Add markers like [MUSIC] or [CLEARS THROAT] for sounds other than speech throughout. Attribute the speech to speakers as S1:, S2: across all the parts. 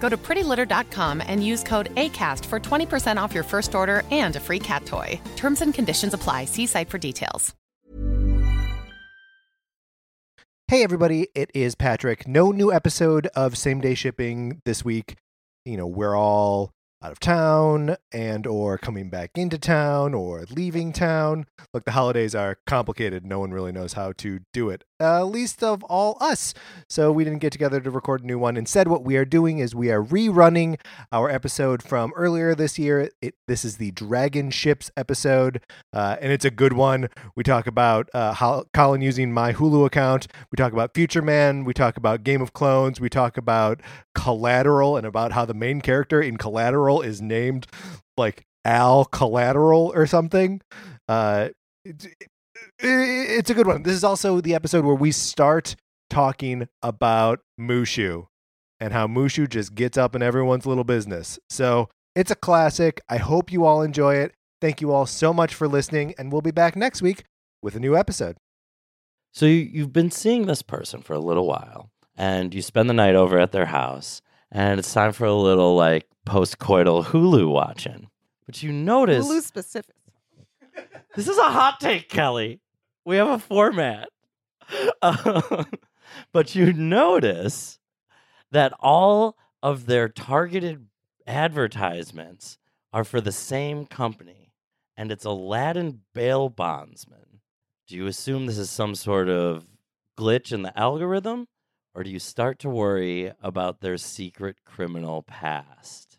S1: Go to prettylitter.com and use code ACAST for 20% off your first order and a free cat toy. Terms and conditions apply. See site for details.
S2: Hey, everybody, it is Patrick. No new episode of Same Day Shipping this week. You know, we're all out of town and or coming back into town or leaving town. Look, the holidays are complicated. No one really knows how to do it. Uh, least of all us. So we didn't get together to record a new one. Instead, what we are doing is we are rerunning our episode from earlier this year. It, this is the Dragon Ships episode, uh, and it's a good one. We talk about uh, how Colin using my Hulu account. We talk about Future Man. We talk about Game of Clones. We talk about Collateral and about how the main character in Collateral is named like Al Collateral or something. Uh, it- it's a good one. This is also the episode where we start talking about Mushu and how Mushu just gets up in everyone's little business. So it's a classic. I hope you all enjoy it. Thank you all so much for listening, and we'll be back next week with a new episode.
S3: So you, you've been seeing this person for a little while, and you spend the night over at their house, and it's time for a little like post-coital Hulu watching. But you notice
S4: Hulu specific.
S3: this is a hot take, Kelly. We have a format. [LAUGHS] Um, but you notice that all of their targeted advertisements are for the same company, and it's Aladdin Bail Bondsman. Do you assume this is some sort of glitch in the algorithm, or do you start to worry about their secret criminal past?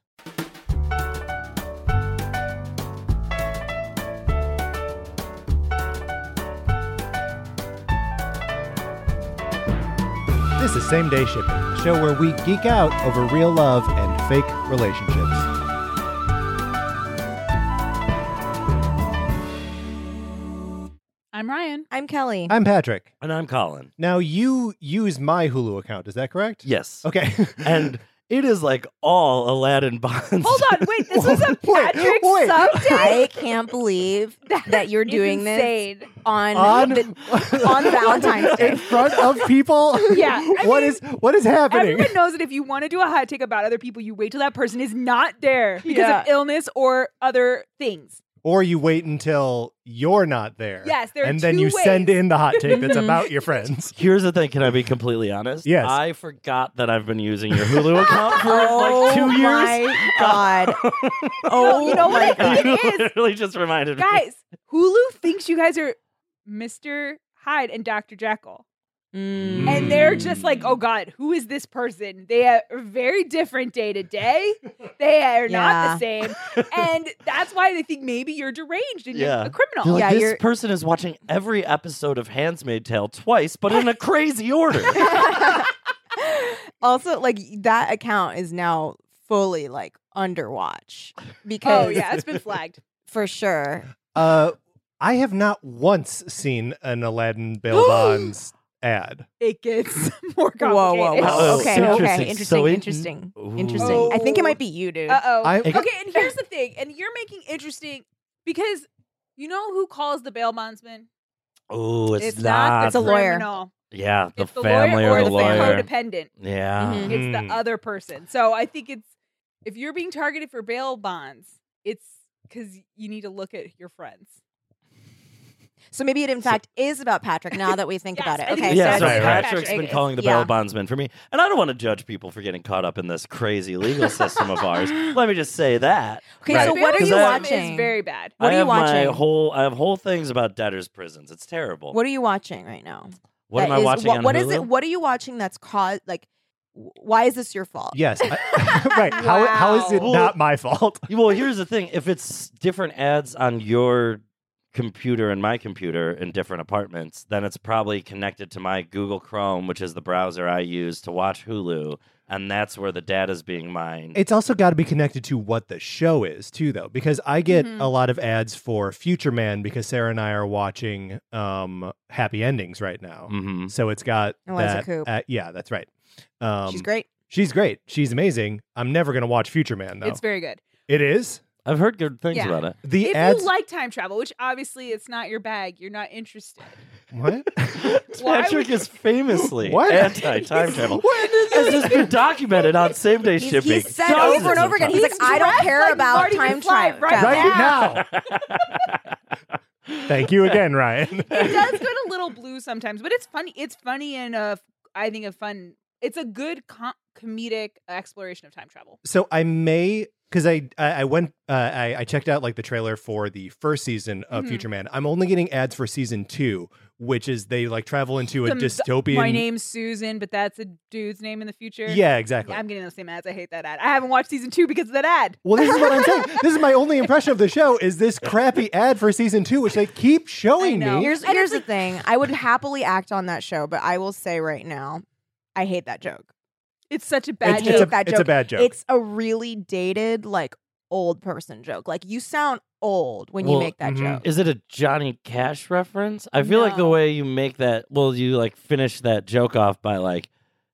S2: This is Same Day Shipping, a show where we geek out over real love and fake relationships.
S5: I'm Ryan.
S4: I'm Kelly.
S2: I'm Patrick.
S3: And I'm Colin.
S2: Now you use my Hulu account, is that correct?
S3: Yes.
S2: Okay.
S5: [LAUGHS]
S3: and it is like all Aladdin [LAUGHS] Bonds.
S5: Hold on, wait. This was a
S2: [LAUGHS] Wait,
S5: Patrick
S2: wait.
S5: sub
S4: I
S5: [LAUGHS]
S4: can't believe that you're doing this
S5: Insane.
S4: on
S2: on
S4: the- on Valentine's
S2: [LAUGHS]
S4: Day.
S2: in front of people.
S5: [LAUGHS] Yeah, I
S2: [LAUGHS] what
S5: mean,
S2: is what is happening?
S5: Everyone knows that if you want to do a hot take about other people, you wait till that person is not there because
S4: Yeah.
S5: of illness or other things.
S2: Or you wait until you're not there.
S5: Yes, there are
S2: and then
S5: two
S2: you send
S5: ways. Mm-hmm.
S2: in the hot take that's
S4: Mhm.
S2: about your
S5: [LAUGHS]
S2: friends.
S3: Here's the thing. Can I be completely honest?
S2: Yes.
S3: I forgot that I've been using your Hulu account for
S4: oh
S3: like two years.
S4: my god!
S3: [LAUGHS]
S5: No,
S4: oh,
S5: you know
S4: my
S5: what I
S4: god!
S5: think it is?
S3: literally just reminded me.
S5: Guys, Hulu thinks you guys are Mr. Hyde and Dr. Jekyll. And they're just like, oh God, who is this person? They are very different day to day. They are not the same. And that's why they think maybe you're deranged and
S3: Yeah.
S5: you're a criminal.
S3: They're like,
S4: Yeah,
S3: this
S4: you're-
S3: person is watching every episode of Handmaid's Tale twice, but in a crazy order.
S4: [LAUGHS] also, like that account is now fully like underwatch because
S5: Oh yeah, it's been flagged.
S4: for sure.
S2: Uh, I have not once seen an Aladdin
S5: [GASPS]
S2: Bail Bonds ad.
S5: It gets [LAUGHS] more
S4: Whoa, whoa,
S5: complicated.
S4: whoa!
S3: Oh,
S4: Okay,
S3: so
S4: okay,
S3: interesting.
S4: interesting,
S3: So it-
S4: interesting,
S3: Ooh.
S4: interesting. I think it might be you, dude.
S5: Uh oh.
S2: I-
S5: Okay, and here's the thing, and you're making interesting because you know who calls the bail bondsman?
S3: Oh, it's,
S5: If
S3: not.
S5: not,
S4: It's a
S5: the
S4: lawyer.
S5: criminal.
S3: yeah, the
S5: It's the
S3: family
S5: lawyer or,
S3: the
S5: the
S3: lawyer.
S5: codependent.
S3: Yeah.
S4: Mhm.
S5: It's
S2: Mm.
S5: the other person. So I think it's if you're being targeted for bail bonds, it's because you need to look at your friends.
S4: So maybe it in fact is about Patrick now that we think
S5: Yes,
S4: about
S5: I
S4: it.
S5: think
S4: Okay.
S5: it's
S3: yeah,
S5: so
S3: so
S5: it's
S4: right.
S5: Patrick.
S3: Patrick's been
S5: Patrick.
S3: calling the
S4: Yeah.
S3: bail bondsman for me, and I don't want to judge people for getting caught up in this crazy legal system of
S4: [GASPS]
S3: ours. Let me just say that.
S4: Okay,
S3: Right.
S4: so what are
S5: Bail
S4: you
S3: That-
S5: bondsman
S4: watching?
S5: Is very bad.
S4: What
S3: I
S4: are you
S3: have
S4: watching?
S3: My whole I have whole things about debtors' prisons. It's terrible.
S4: what are you watching right now?
S3: What am
S4: That
S3: I
S4: is-
S3: watching
S4: What,
S3: on
S4: what
S3: Hulu?
S4: is it? What are you watching that's caused? Like, w- why is this your fault?
S2: Yes. I- [LAUGHS] right. How, how is it
S3: Wow.
S2: not my fault?
S3: Well, here's the thing: if it's different ads on your computer and my computer in different apartments, then it's probably connected to my Google Chrome, which is the browser I use to watch Hulu, and that's where the data is being
S2: [LAUGHS]
S3: mined.
S2: It's also got to be connected to what the show is too, though, because I get
S5: Mhm.
S2: a lot of ads for Future Man because Sarah and I are watching um, Happy Endings right now.
S3: hmm
S2: So it's got
S4: Eliza
S2: that-
S4: Coop.
S2: uh, yeah, that's right. Um,
S4: She's great.
S2: She's great. She's amazing. I'm never gonna watch Future Man though.
S5: It's very good.
S2: it is
S3: I've heard good things
S5: Yeah.
S3: about
S4: [LAUGHS]
S3: it.
S2: the
S5: if
S2: ads.
S5: you like time travel, which obviously it's not your bag, you're not interested.
S3: [LAUGHS]
S2: what?
S5: Why
S3: Patrick
S5: would-
S3: is
S4: [LAUGHS]
S3: famously
S2: What?
S3: anti time travel.
S2: When did
S3: This has been documented on same day
S4: He's,
S3: shipping.
S4: he said over and
S3: dozens of
S4: over again. He's,
S3: times.
S4: like, I don't
S5: dressed
S4: care
S5: like
S4: about
S5: Marty
S4: time
S5: McFly
S4: travel.
S5: right
S2: right
S5: Yeah.
S3: [LAUGHS]
S2: now? Thank you again, Ryan.
S5: It does go to little blue sometimes, but it's funny. It's funny and uh, I think a fun. It's a good com- comedic exploration of time travel.
S2: so I may because I, I I went uh, I I checked out like the trailer for the first season of
S5: Mhm.
S2: Future Man. I'm only getting ads for season two, which is they like travel into a
S5: Some-
S2: dystopian.
S5: My name's Susan, but that's a dude's name in the future.
S2: Yeah, exactly.
S5: I'm getting those same ads. I hate that ad. I haven't watched season two because of that ad.
S2: well, this is what I'm saying. This is my only impression of the show is this crappy ad for season two, which they keep showing
S5: Oh, I know.
S2: me.
S4: Here's here's the thing. I would happily act on that show, but I will say right now, I hate that joke.
S5: [LAUGHS] It's such a bad
S2: It's,
S4: Bad
S2: it's
S4: joke,
S2: a,
S4: bad
S2: it's a
S4: joke.
S2: bad joke.
S4: It's a really dated, like old person joke. Like you sound old when
S3: Well, mm-hmm.
S4: you make that
S2: mhm.
S4: joke.
S3: Is it a Johnny Cash reference? I feel like the
S5: No.
S3: way you make that, well, you like finish that joke off by like,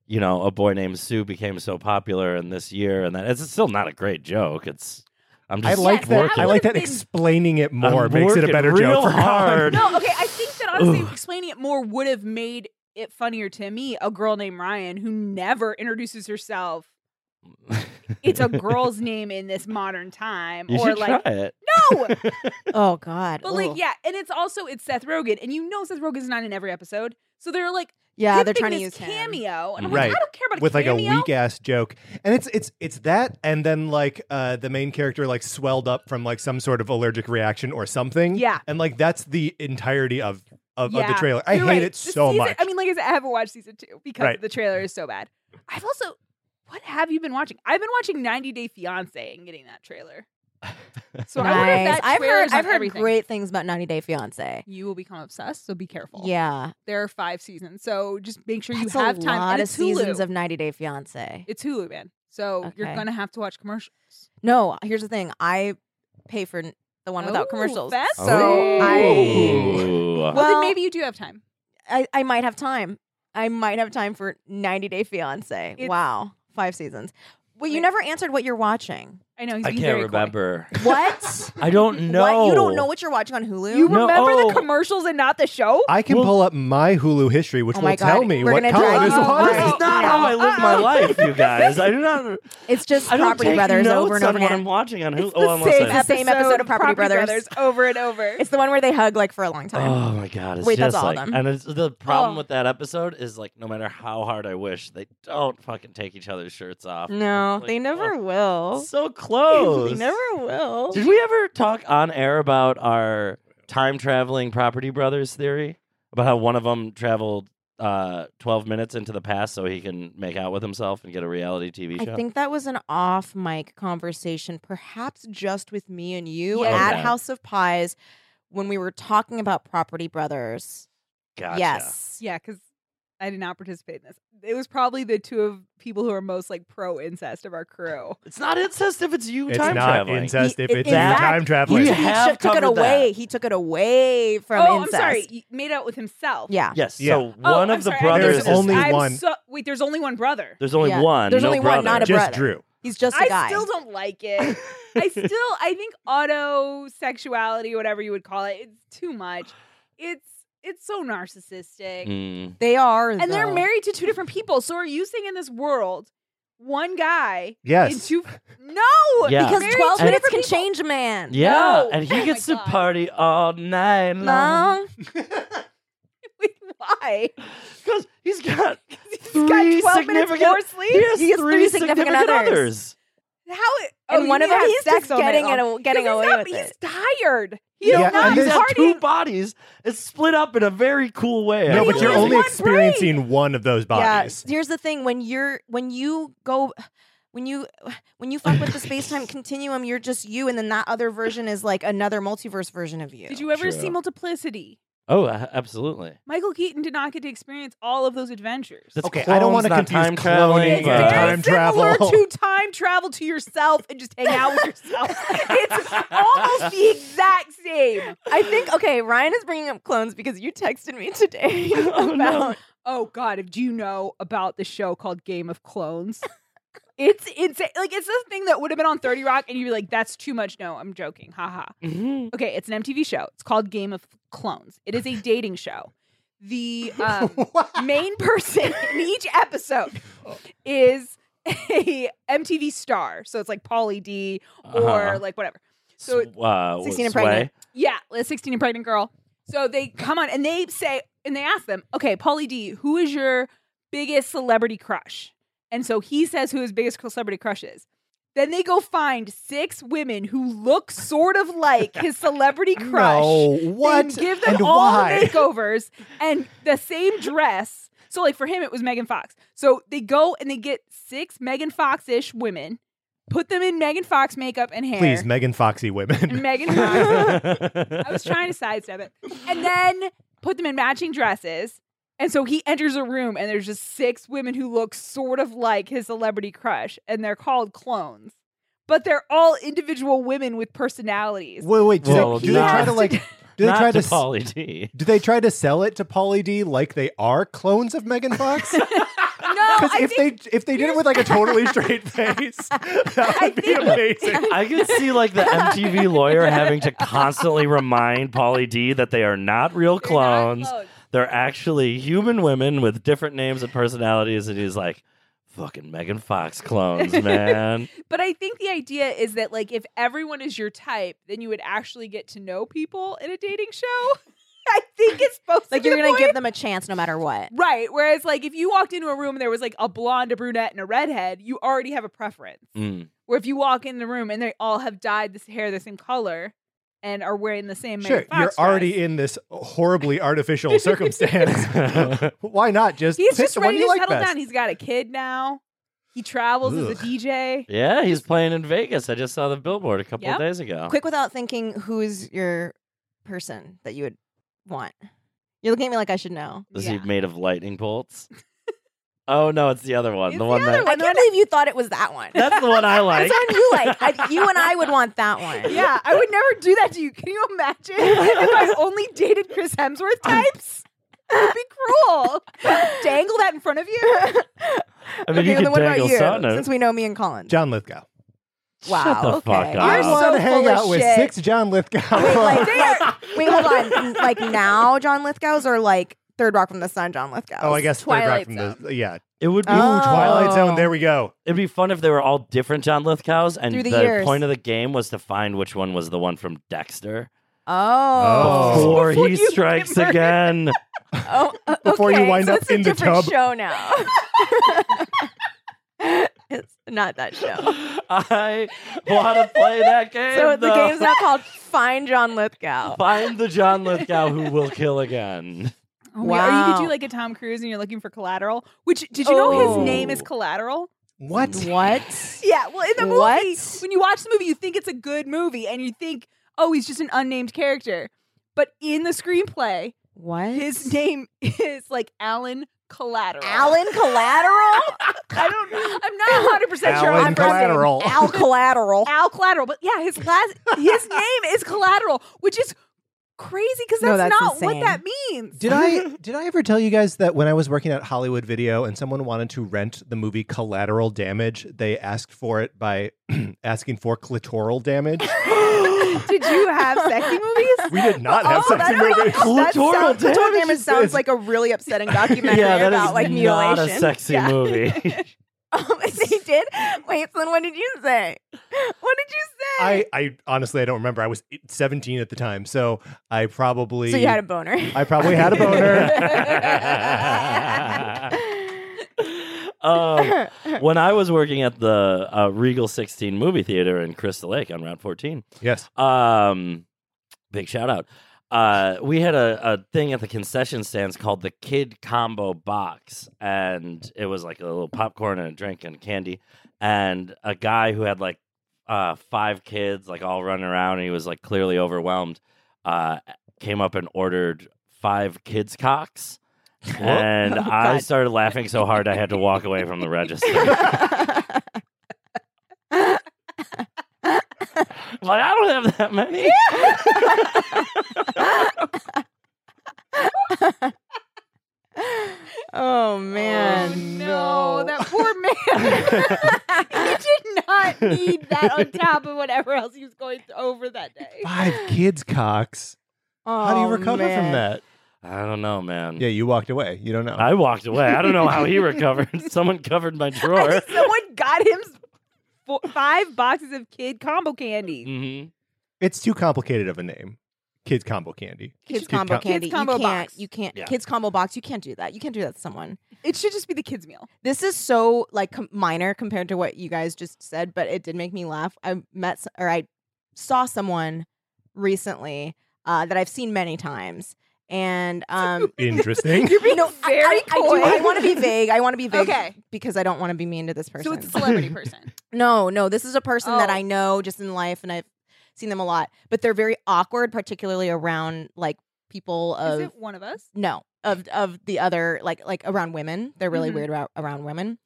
S3: you know, a boy named Sue became so popular in this year, and that it's still not a great joke. It's I'm
S2: I
S3: just
S2: like
S5: Yes,
S2: that.
S3: working.
S2: I like that
S5: would've been-
S2: explaining it
S3: I'm
S2: more makes it a
S3: working
S2: better
S3: real
S2: joke. For Colin.
S3: hard.
S5: No, okay. I think that honestly,
S3: Ugh.
S5: explaining it more would have made it funnier to me. A girl named Ryan who never introduces herself. It's a girl's name in this modern time,
S3: [LAUGHS] you
S5: or
S3: should
S5: like
S3: try it.
S5: no,
S4: Oh God.
S5: but
S4: Ugh.
S5: like yeah, and it's also it's Seth Rogen, and you know Seth Rogen's not in every episode, so they're like
S4: yeah, they're
S5: pimping
S4: trying to
S5: this
S4: use him.
S5: cameo, and I'm
S2: Right.
S5: like, I don't care about
S2: with like a
S5: cameo.
S2: weak ass joke and it's it's it's that and then like uh the main character like swelled up from like some sort of allergic reaction or something
S5: Yeah.
S2: and like that's the entirety of of, of the
S5: Yeah.
S2: trailer i
S5: You're
S2: hate
S5: right.
S2: it
S5: The
S2: so
S5: season-
S2: much
S5: I mean, like I said, I haven't watched season two because
S2: Right.
S5: the trailer is so bad. I've also, what have you been watching? I've been watching 90 Day Fiance and getting that trailer. So I wonder if
S4: Nice.
S5: that
S4: I've
S5: trailer
S4: heard
S5: is on
S4: I've heard
S5: everything.
S4: great things about 90 Day Fiance.
S5: You will become obsessed, so be careful.
S4: Yeah,
S5: there are five seasons, so just make sure
S4: That's
S5: you have
S4: a
S5: time.
S4: lot
S5: and
S4: of
S5: it's Hulu.
S4: seasons of 90 Day Fiance.
S5: it's Hulu, man. So you're
S4: Okay.
S5: gonna have to watch commercials.
S4: No, here's the thing. I pay for n- the one
S5: Oh,
S4: without commercials.
S5: fancy.
S4: So I,
S3: Ooh.
S5: Well,
S4: Well-
S5: then maybe you do have time.
S4: I I might have time. I might have time for 90 Day Fiance.
S5: It's-
S4: wow. 5 seasons. Well, you
S5: Wait.
S4: never answered what you're watching.
S5: I know he's
S3: I
S5: being
S3: can't
S5: very coy.
S3: remember.
S4: [LAUGHS] What?
S3: [LAUGHS] I don't know.
S4: What? You don't know what you're watching on Hulu?
S5: You
S3: No.
S5: remember
S3: Oh.
S5: the commercials and not the show?
S2: i can
S3: Well-
S2: pull up my hulu history which
S4: Oh
S2: will
S4: my God.
S2: tell me
S4: We're
S2: what
S4: gonna
S2: colin
S4: drag
S2: is
S4: you
S2: watching
S4: right
S3: This is not how I live my life,
S4: [LAUGHS]
S3: you guys. I do not.
S4: it's just
S3: I don't
S4: Property
S3: take
S4: Brothers
S3: notes
S4: over and over
S3: on what I'm
S4: again.
S3: watching on Hulu.
S5: It's the
S3: oh, unless
S5: same,
S3: I-
S4: It's the same episode of Property Brothers.
S5: over and over.
S4: [LAUGHS] It's the one where they hug like for a long time.
S3: Oh my god! It's
S4: Wait,
S3: just
S4: that's all
S3: like,
S4: of them.
S3: and it's, the problem
S5: Oh.
S3: with that episode is like, no matter how hard I wish, they don't fucking take each other's shirts off.
S4: No,
S3: Oh, Like,
S4: they never
S3: oh,
S4: will.
S3: so close.
S4: [LAUGHS] they never will.
S3: Did we ever talk on air about our time traveling Property Brothers theory about how one of them traveled uh, twelve minutes into the past so he can make out with himself and get a reality TV show?
S4: I think that was an off mic conversation, perhaps just with me and you
S5: Yeah.
S4: at
S3: Okay.
S4: House of Pies when we were talking about Property Brothers.
S3: Gotcha.
S4: Yes.
S5: Yeah, because I did not participate in this. It was probably the two of people who are most like pro incest of our crew.
S3: It's not incest if it's you
S2: it's
S3: time
S2: not
S3: traveling.
S2: incest
S4: He-
S2: if
S4: in
S2: it's you
S3: fact,
S2: time traveling
S3: We
S4: He
S3: have
S4: took- took it
S3: covered that.
S4: away. He took it away from
S5: oh,
S4: incest.
S5: I'm sorry. You made out with himself.
S4: Yeah.
S3: Yes.
S2: Yeah.
S3: So
S5: Oh,
S3: one
S5: I'm
S3: of the
S5: sorry, I
S3: brothers
S2: There's
S3: is
S2: only
S5: I'm
S2: one.
S5: So, wait, there's only one brother.
S3: There's only
S4: Yeah.
S3: one.
S4: There's
S3: no
S4: only one, not
S3: brother.
S4: a
S2: just
S4: brother.
S2: drew
S4: He's just a
S5: I
S4: guy.
S5: still don't like
S3: [LAUGHS]
S5: it. [LAUGHS] I still, I think auto sexuality, whatever you would call it, it's too much. It's it's so narcissistic.
S3: Mm.
S4: They are,
S5: And they're
S4: though.
S5: married to two different people. So are you saying in this world one guy
S6: Yes.
S5: in two No
S3: Yeah.
S4: because
S5: married
S4: twelve
S5: two
S4: minutes can
S5: different people.
S4: change a man.
S3: Yeah,
S5: No.
S3: and he
S5: Oh
S3: gets
S5: my
S3: to
S5: God.
S3: party all night long
S4: No,
S5: Wait, [LAUGHS] why?
S3: because he's got
S5: [LAUGHS] He's
S3: Three
S5: got 12 minutes
S3: significant-
S5: more
S3: he
S5: sleep.
S3: has
S4: He has
S3: three,
S4: three
S3: significant,
S4: significant others.
S3: others.
S5: How it, oh,
S4: and
S5: you
S4: one
S5: mean
S4: of them
S5: have
S4: he's
S5: sex
S4: just
S5: all night
S4: getting
S5: long.
S4: it, a- getting
S5: 'Cause
S4: away
S5: he's not-
S4: with
S5: he's
S4: it.
S5: tired. He
S6: Yeah,
S5: yeah,
S6: and
S5: not
S3: he's
S6: there's
S5: he's
S3: got
S5: partying.
S3: two bodies. It's split up in a very cool way.
S2: No,
S3: I
S2: but
S5: you
S2: you're
S5: only
S3: guess.
S2: only
S5: one
S2: experiencing one of those bodies.
S4: Yeah. Here's the thing: when you're when you go when you when you fuck with the space
S3: [LAUGHS]
S4: time continuum, you're just you, and then that other version is like another multiverse version of you.
S5: Did you
S3: True.
S5: ever see Multiplicity?
S3: Oh, a- absolutely.
S5: Michael Keaton did not get to experience all of those adventures.
S3: That's
S6: Okay, I don't
S3: clones,
S6: wanna
S3: not
S6: confuse
S3: time
S6: cloning
S3: traveling.
S5: It's
S6: uh,
S5: very
S6: time
S5: similar
S6: travel.
S5: to time travel to yourself and just hang out with yourself. it's almost the exact same.
S4: I think okay, Ryan is bringing up clones because you texted me
S3: [LAUGHS]
S4: today
S3: [LAUGHS] Oh,
S4: about
S3: no.
S5: Oh God, do you know about the show called Game of Clones? it's insane. Like it's the thing that would have been on Thirty Rock, and you'd be like, "That's too much." No, I'm joking. Haha.
S3: Mhm.
S5: Okay, it's an MTV show. It's called Game of Clones. It is a dating show. The um, main person in each episode is [LAUGHS] a MTV star. So it's like Pauly D or
S3: Uh-huh.
S5: like whatever. so it-
S3: Sw- uh, what,
S4: 16 and
S3: Sway?
S4: pregnant.
S5: Yeah, a 16 and pregnant girl. So they come on and they say, and they ask them, okay, Pauly D, who is your biggest celebrity crush? And so he says who his biggest celebrity crush is. Then they go find six women who look sort of like
S6: [LAUGHS]
S5: his celebrity crush.
S6: No,
S5: They
S6: what?
S5: give them
S6: and
S5: all
S6: why? [LAUGHS]
S5: makeovers and the same dress. So, like for him, it was Megan Fox. So they go and they get six Megan Fox ish women, put them in Megan Fox makeup and
S2: [LAUGHS]
S5: hair.
S2: Please, Megan Foxy
S5: and
S2: women.
S5: Megan Fox. [LAUGHS] I
S3: [LAUGHS]
S5: was trying to sidestep it.
S4: [LAUGHS]
S5: And then put them in matching dresses. And so he enters a room and there's just six women who look sort of like his celebrity crush and they're called clones. But they're all individual women with personalities.
S6: Wait, wait. Do,
S3: Well,
S6: they, do they
S3: not-
S6: try to like? Do they
S3: Not
S6: try to?
S3: to
S6: s-
S3: Pauly D.
S6: do they try to sell it to Pauly D like they are clones of Megan [LAUGHS]
S5: [LAUGHS]
S6: Fox? Because
S5: I
S6: if they if they did it with like a
S5: [LAUGHS]
S6: totally straight face, that would be amazing.
S3: I can see like the MTV lawyer having
S5: [LAUGHS]
S3: to constantly remind Pauly D that they are not real
S5: They're not
S3: clones. They're actually human women with different names and personalities, and he's like, "Fucking Megan Fox
S4: [LAUGHS]
S3: clones, man."
S5: But I think the idea is that like if everyone is your type, then you would actually get to know people in a dating show. [LAUGHS] I think it's supposed
S4: Like
S5: to
S4: you're
S5: be the
S4: gonna
S5: point.
S4: give them a chance no matter what.
S5: Right. Whereas, like, if you walked into a room and there was like a blonde, a brunette, and a redhead, you already have a preference.
S3: Mm.
S5: Where if you walk in the room and they all have dyed this hair the same color and are wearing the same
S6: Sure,
S5: Megan
S6: you're
S5: Fox
S6: already
S5: dress,
S6: in this horribly artificial
S5: [LAUGHS]
S6: circumstance. [LAUGHS] Why not just
S5: He's
S6: pick
S5: just
S6: the one
S5: ready
S6: you
S5: to
S6: like
S5: settle
S6: best?
S5: down. He's got a kid now. He travels
S6: Ugh.
S5: as a DJ.
S3: yeah, he's playing in Vegas. I just saw the billboard a couple
S5: Yep.
S3: of days ago.
S4: Quick without thinking, who's your person that you would want? You're looking at me like I should know.
S3: Is
S5: Yeah.
S3: he made of lightning
S4: [LAUGHS]
S3: bolts? oh no, it's the other one.
S5: It's
S3: the
S5: the
S3: one
S5: other
S3: that
S4: I
S5: one.
S4: can't believe you thought it was that one.
S3: [LAUGHS] that's
S4: [LAUGHS]
S3: the one I like.
S4: That's the one you like. I,
S3: [LAUGHS]
S4: you and I [LAUGHS] would want that one.
S5: Yeah, I
S4: [LAUGHS]
S5: would never do that to you. Can you imagine if I only dated Chris Hemsworth
S6: [LAUGHS]
S5: types? It'd be cruel. [LAUGHS] Dangle that in front
S6: [LAUGHS]
S5: of you.
S3: I mean, you
S4: then
S3: can
S4: what about
S3: dangle
S4: you?
S3: Sana.
S4: Since we know me and Colin.
S6: John Lithgow.
S4: wow.
S3: the
S4: okay.
S3: fuck up.
S6: I
S3: You're
S6: want
S4: so
S6: to hang
S4: full of
S6: out with
S4: shit.
S6: six John Lithgow. [LAUGHS]
S4: Wait, like, like- wait, hold on. N- Like now, John Lithgow's or like Third Rock from the Sun, John Lithgow.
S6: oh, I guess Third Rock
S4: Twilight
S6: from
S4: Zone.
S6: the yeah.
S3: It would be
S6: Ooh,
S4: Oh.
S6: Twilight Zone. There we go.
S3: it'd be fun if they were all different John Lithgows, and
S4: Through
S3: the,
S4: the years.
S3: point of the game was to find which one was the one from Dexter
S4: Oh,
S6: Oh.
S3: [LAUGHS] before
S5: Before
S3: he
S5: you get
S3: strikes
S5: murdered.
S3: again.
S4: oh, o-
S6: Before you
S4: okay,
S6: wind
S4: so
S6: up
S4: it's a
S6: in the
S4: different
S6: tub. [LAUGHS]
S4: Show now. it's not that show.
S3: [LAUGHS] I want to play that game.
S4: [LAUGHS] So the
S3: though. [LAUGHS]
S4: game's not called Find John Lithgow.
S3: Find the John Lithgow who will kill [LAUGHS] again.
S5: Oh my God. Or you could
S4: Wow.
S5: do like a Tom Cruise and you're looking for collateral. Which did you know
S3: Oh.
S5: his name is Collateral?
S6: What?
S4: What?
S5: Yeah. Well, in the movie,
S4: What?
S5: when you watch the movie, you think it's a good movie and you think, oh, he's just an unnamed character. But in the screenplay,
S4: What?
S5: his name [LAUGHS] is like Alan Collateral.
S4: Alan Collateral.
S5: I don't. [LAUGHS] I'm not 100 percent sure.
S6: Alan
S5: on the first name.
S6: Collateral.
S4: Al Collateral.
S5: Al Collateral. But yeah, his last
S4: [LAUGHS]
S5: his name is Collateral, which is crazy because that's,
S4: No, that's
S5: not what
S4: insane.
S5: that means.
S6: Did I did I ever tell you guys that when I was working at Hollywood Video and someone wanted to rent the movie
S2: [CLEARS THROAT]
S6: Collateral Damage, they asked for it by asking for clitoral damage.
S5: [LAUGHS] Did you have sexy movies?
S2: We did not have
S4: [LAUGHS] Oh,
S2: sex in
S4: that's
S2: movies.
S4: That
S3: Clitoral
S4: sound-
S3: damage
S4: clitoral damage
S3: is-
S4: sounds like a really upsetting documentary
S3: yeah, that is
S4: about like
S3: not
S4: mutilation.
S3: a sexy
S4: Yeah.
S3: movie. [LAUGHS]
S4: Oh, [LAUGHS] they did. Wait, so then what did you say? What did you say?
S2: I, I honestly I don't remember. I was 17 at the time, so I probably
S4: so you had a boner.
S2: I probably had a
S4: [LAUGHS]
S2: boner.
S4: [LAUGHS]
S3: um, when I was working at the uh, Regal 16 movie theater in Crystal Lake on Route 14,
S2: yes.
S3: um, big shout out. Uh, we had a, a thing at the concession stands called the Kid Combo Box, and it was like a little popcorn and a drink and candy, and a guy who had like uh, five kids, like all running around, and he was like clearly overwhelmed. Uh, came up and ordered five kids cocks, and I started laughing so hard I had to walk away from the register. [LAUGHS] Like, I don't have that many.
S4: oh man.
S5: no, that poor man. [LAUGHS] he did not need that on top of whatever else he was going th- over that day.
S2: Five kids, Cox. How do
S4: Oh,
S2: you recover from that?
S3: I don't know, man.
S2: Yeah, you walked away. You don't know.
S3: I walked away. I don't know
S2: [LAUGHS]
S3: how he recovered. [LAUGHS] Someone covered my drawer. [LAUGHS]
S5: Someone got him s- four, five boxes of kid combo candy.
S3: hmm
S2: it's too complicated of a name. Kids combo candy.
S4: Kids
S2: Kid
S4: combo
S2: com-
S4: candy.
S5: Kids combo
S4: you can't.
S5: box.
S4: You can't.
S3: Yeah.
S4: Kids combo box. You can't do that. You can't do that to someone.
S5: It should just be the kids' meal.
S4: This is so like com- minor compared to what you guys just said, but it did make me laugh. I met s- or I
S5: [LAUGHS]
S4: saw someone recently uh, that I've seen many times, and um, [LAUGHS]
S2: [LAUGHS] Interesting.
S5: You're being
S4: no, I-
S5: very
S4: I, I,
S5: coy.
S4: do, I want
S5: [LAUGHS]
S4: to be vague. I want to be vague
S5: Okay.
S4: because I don't want to be mean to this person.
S5: So it's a
S4: [LAUGHS]
S5: celebrity person.
S4: No, no, this is a person that
S5: Oh.
S4: I know just in life, and I've seen them a lot, but they're very awkward, particularly around like people
S5: Is
S4: of
S5: it one of us?
S4: no of of the other like like around women they're really
S5: Mhm.
S4: weird about around women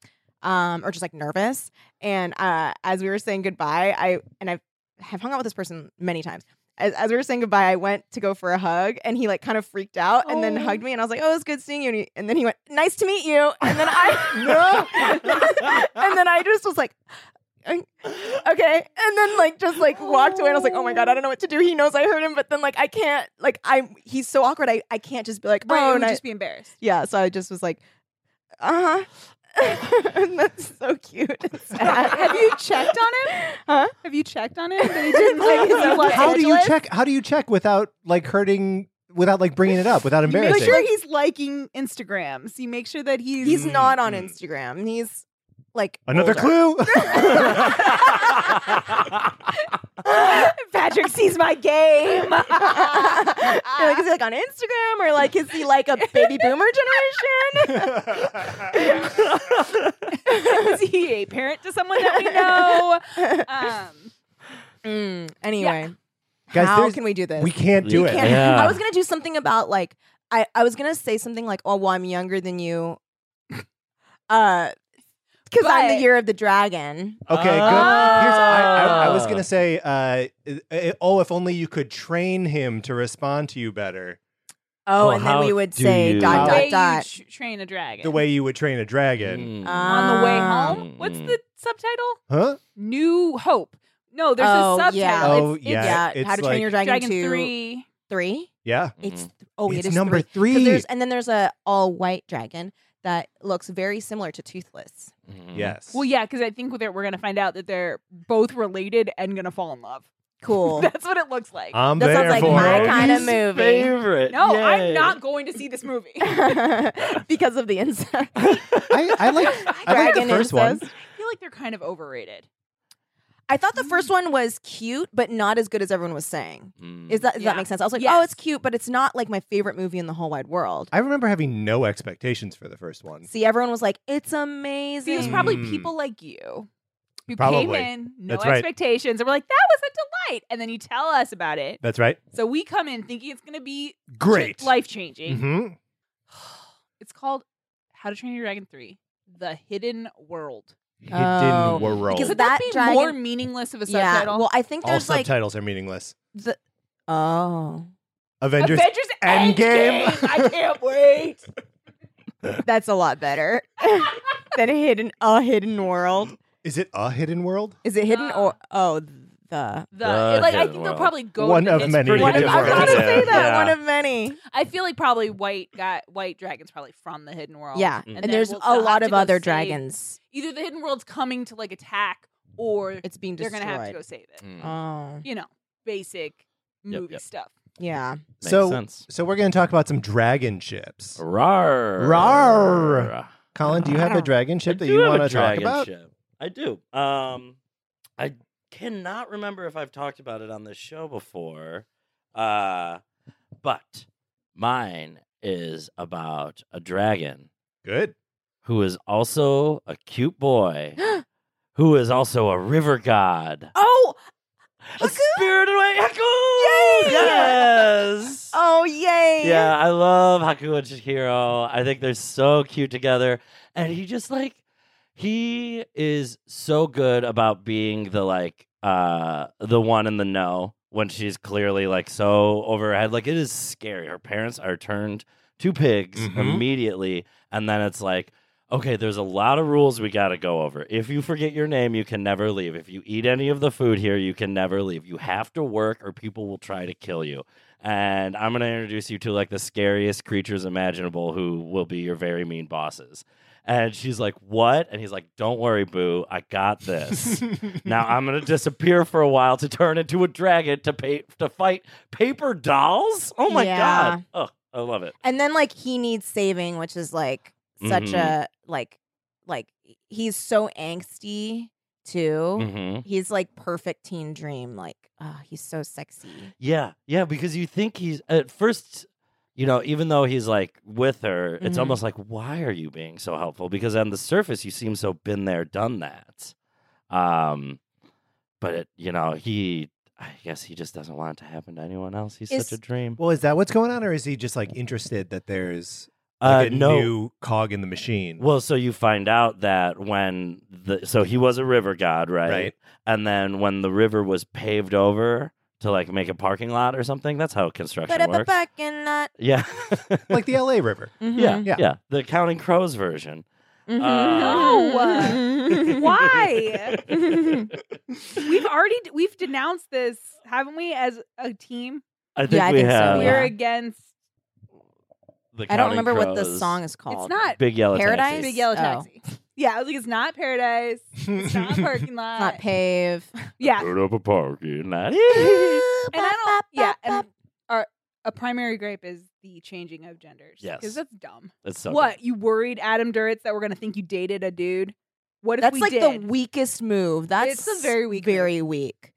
S4: um or just like nervous and uh as we were saying goodbye i and i have hung out with this person many times as, as we were saying goodbye i went to go for a hug and he like kind of freaked out and then
S5: Oh.
S4: hugged me and i was like oh it's good seeing you and, he, and then he went nice to meet you and then i no [LAUGHS] and then i just was like [LAUGHS] okay and then like just like walked away and i was like oh my god i don't know what to do he knows i hurt him but then like i can't like i'm he's so awkward i, I can't just be like
S5: Right,
S4: oh
S5: it
S4: and
S5: would
S4: I,
S5: just be embarrassed.
S4: yeah so i just was like uh-huh [LAUGHS] and that's so cute
S5: [LAUGHS]
S4: and sad.
S5: Have you checked on him?
S4: Huh?
S5: Have you checked on him? That he didn't like his
S4: [LAUGHS] How
S5: Los
S2: how do you
S5: Angeles?
S2: check? How do you check without like hurting? Without like bringing it up? Without
S5: You make
S2: embarrassing?
S5: sure he's liking Instagrams. You make sure that he's
S4: he's not on
S2: Mm.
S4: instagram he's like
S2: Another
S4: older. [LAUGHS]
S5: Patrick sees my
S4: [LAUGHS]
S5: game.
S4: like, is he like on instagram or like is he like a baby boomer generation [LAUGHS]
S2: clue.
S5: is he [LAUGHS] a parent to someone
S4: [LAUGHS]
S5: that we know? Um,
S4: Mm, anyway
S2: Guys,
S4: how
S2: there's-
S4: can we do
S2: [LAUGHS]
S4: this
S2: we can't do
S3: You
S2: it.
S4: can't-
S3: Yeah.
S4: I was gonna do something about like I, I was gonna say something like, oh well, I'm younger than you. [LAUGHS] Uh because I'm the
S5: But-
S4: year of the dragon.
S2: [LAUGHS] Okay, good. Here's, I, I, I was
S4: Oh.
S2: gonna say, uh, uh, oh, if only you could train him to respond to you better
S4: Oh,
S3: Oh,
S4: and then
S3: how
S4: we would
S3: do
S4: say
S3: you-
S4: dot
S2: How-
S4: dot dot.
S5: tr- train a dragon.
S2: the way you would train a dragon,
S3: Mm.
S5: on the way
S4: Ah.
S5: home. What's the subtitle?
S2: huh?
S5: New Hope. No, there's
S4: Oh,
S5: a subtitle.
S4: yeah.
S5: It's-
S2: Oh,
S5: it's,
S2: yeah.
S4: Yeah,
S2: it's
S4: how to train
S2: like-
S4: your dragon,
S5: Dragon
S4: two,
S5: Three.
S4: three.
S2: Yeah,
S4: It's
S5: Mm-hmm.
S3: Mhm.
S4: oh,
S2: it's
S4: it is
S2: number
S4: three. 'Cause
S2: three.
S4: There's, and then there's a all white dragon that looks very similar
S5: [LAUGHS]
S4: to Toothless.
S3: Mhm.
S2: yes.
S5: Well, yeah, because I think that we're gonna find out that they're both related and gonna fall in love. [LAUGHS]
S4: Cool.
S5: That's what it looks like.
S2: I'm
S4: That
S2: there
S4: sounds like
S2: for
S4: my
S2: it.
S4: kind of
S3: His
S4: movie.
S3: Mm-hmm. Favorite.
S5: no,
S3: Yay.
S5: I'm not going to see this movie.
S4: [LAUGHS]
S5: [LAUGHS]
S4: because of the incest.
S2: I, I like.
S4: [LAUGHS]
S2: I like the
S4: Dragon
S2: first one.
S4: incest.
S5: I feel like they're kind of overrated.
S4: I thought the
S5: Mm.
S4: first one was cute, but not as good as everyone was saying.
S3: Mm.
S4: Is that does that
S5: Yeah.
S4: make sense? I was like,
S5: Yes.
S4: oh, it's cute, but it's not like my favorite movie in the whole wide world.
S2: I remember having no expectations for the first one.
S4: See, everyone was like, it's
S5: See, it was
S4: amazing.
S5: probably
S2: Mm.
S5: people like you who came
S2: Probably.
S5: in, no
S2: That's right.
S5: expectations, and we're like, that was a delight. And then you tell us about it.
S2: That's right.
S5: So we come in thinking it's gonna be
S2: Great.
S5: life changing.
S2: hmm
S5: [SIGHS] It's called How to Train Your Dragon 3 The Hidden World.
S2: Hidden
S4: Oh,
S2: world.
S4: because
S5: Could that,
S4: that
S5: be
S4: dragon-
S5: more meaningless of a
S4: Mm. yeah.
S5: subtitle?
S4: Well, I think
S2: All
S4: there's like
S2: subtitles are meaningless.
S4: the
S2: [LAUGHS]
S4: oh,
S2: Avengers.
S5: Avengers
S2: Endgame. [LAUGHS]
S5: Endgame. I can't wait.
S4: that's a lot better [LAUGHS] than a hidden a hidden world.
S2: Is it a hidden world?
S4: Is it hidden
S5: Uh.
S4: or oh the.
S5: The,
S3: The
S5: like
S3: kid
S5: I
S3: in
S5: think
S3: the
S5: they'll
S3: world.
S5: probably go
S6: One
S5: to
S6: of
S5: this
S6: many
S5: pretty-
S4: One of, I was
S3: different-
S4: gonna
S3: Yeah.
S4: say that
S3: Yeah.
S4: one of many.
S5: I feel like probably white got white dragons probably from the hidden world.
S4: Yeah,
S3: Mm.
S4: and,
S5: then
S4: there's
S5: we'll-
S4: a
S5: they'll have
S4: lot
S5: to
S4: of
S5: go
S4: other
S5: save-
S4: dragons.
S5: Either the hidden world's coming to like attack, or
S4: It's being
S5: they're
S4: destroyed.
S5: gonna have to go save it.
S2: Uh,
S3: Mm,
S4: Oh,
S5: You know, basic
S3: Yep,
S5: movie
S3: yep.
S5: stuff.
S4: yeah.
S3: makes
S2: So-
S3: sense.
S2: So we're going to talk about some dragon ships.
S3: Rar.
S2: Rar. Colin, do you have a dragon
S3: I
S2: ship that
S3: do
S2: you
S3: have a
S2: want to talk
S3: dragon
S2: about?
S3: Ship. I do. Um, I cannot remember if I've talked about it on this show before, uh, but mine is about a dragon
S2: Good.
S3: who is also a cute boy, who is also a river god,
S4: Oh,
S3: a spirited away Haku. Yes.
S4: oh, yay!
S3: Yeah, I love Haku and Shihiro. I think they're so cute together. And he just like he is so good about being the like uh the one in the know when she's clearly like so over her head. Like it is scary. Her parents are turned to pigs
S2: Mhm.
S3: immediately, and then it's like Okay, there's a lot of rules we got to go over. If you forget your name, you can never leave. If you eat any of the food here, you can never leave. You have to work or people will try to kill you and I'm going to introduce you to like the scariest creatures imaginable who will be your very mean bosses. And she's like, What? And he's like, Don't worry, Boo. I got this. now I'm going to disappear for a while to turn into a dragon to pay- to fight paper dolls? Oh my
S4: Yeah.
S3: God. Oh, I love it.
S4: And then like he needs saving, which is like such
S3: Mhm.
S4: a like like he's so angsty too.
S3: hmm
S4: He's like perfect teen dream. Like, oh, he's so sexy.
S3: Yeah. Yeah. Because you think he's at first. You know, even though he's like with her, it's
S2: Mm-hmm.
S4: Mhm.
S3: almost like, why are you being so helpful? Because on the surface, you seem so been there, done that. Um, but it, you know, he, I guess he just doesn't want it to happen to anyone else. He's
S4: Is-
S3: such a dream.
S2: Well, is that what's going on, or is he just like interested that there's
S3: Uh,
S2: like, a
S3: no,
S2: new cog in the machine?
S3: Well, so you find out that when the so he was a river god, right?
S2: Right.
S3: And then when the river was paved over to like make a parking lot or something, that's how construction
S4: But
S3: works.
S4: back in that.
S3: Yeah.
S2: [LAUGHS] like the LA
S4: [LAUGHS]
S2: River.
S3: yeah,
S4: Mm-hmm.
S3: Uh,
S2: yeah.
S3: yeah, The Counting Crows version.
S4: Mhm. [LAUGHS] Mm-hmm.
S5: No. [LAUGHS]
S3: [LAUGHS]
S5: Why?
S4: Mhm.
S5: We've already we've denounced this, haven't we? As a team,
S3: I think
S4: I
S3: we
S4: think so,
S3: have.
S5: we're
S4: yeah.
S5: against
S3: The
S4: I don't
S3: Counting
S4: remember what the
S3: Crows.
S4: song is called.
S5: It's not
S3: Big Yellow
S4: Paradise?
S3: Taxi.
S5: big yellow
S4: Oh.
S5: taxi. Yeah, I was like, it's not paradise. It's not
S3: [LAUGHS]
S5: parking lot.
S4: It's not [LAUGHS] pave.
S5: yeah,
S3: Put up a parking [LAUGHS] lot.
S5: and I don't. Yeah, and our a primary gripe is the changing of genders.
S3: Yes.
S5: because that's dumb.
S3: That's so
S5: what you worried, Adam Duritz, that we're gonna think you dated a dude? What if
S4: That's
S5: we
S4: like
S5: did?
S4: the weakest move. That's
S5: It's a very weak
S4: very weak.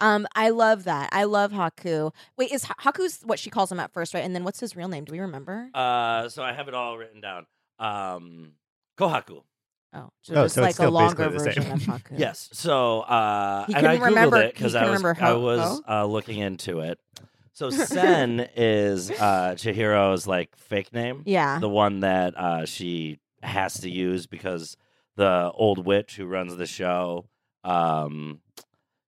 S4: Um, I love that. I love Haku. Wait, is Ha- Haku's what she calls him at first, right? And then what's his real name? Do we remember?
S3: good. Uh, so I have it all written down. Um, Kohaku.
S4: oh,
S2: Oh,
S4: so just
S2: so it's
S4: like a
S2: still
S4: longer
S2: basically the same. [LAUGHS]
S4: version of Haku.
S3: Yes. So, uh,
S4: He
S3: and I
S4: couldn't remember-
S3: googled it
S4: he
S3: because I
S4: couldn't
S3: was
S4: remember
S3: I
S4: how- Oh.
S3: was uh, looking into it.
S4: [LAUGHS]
S3: So Sen is uh, Chihiro's like fake name,
S4: Yeah.
S3: the one that uh, she has to use because the old witch who runs the show, um,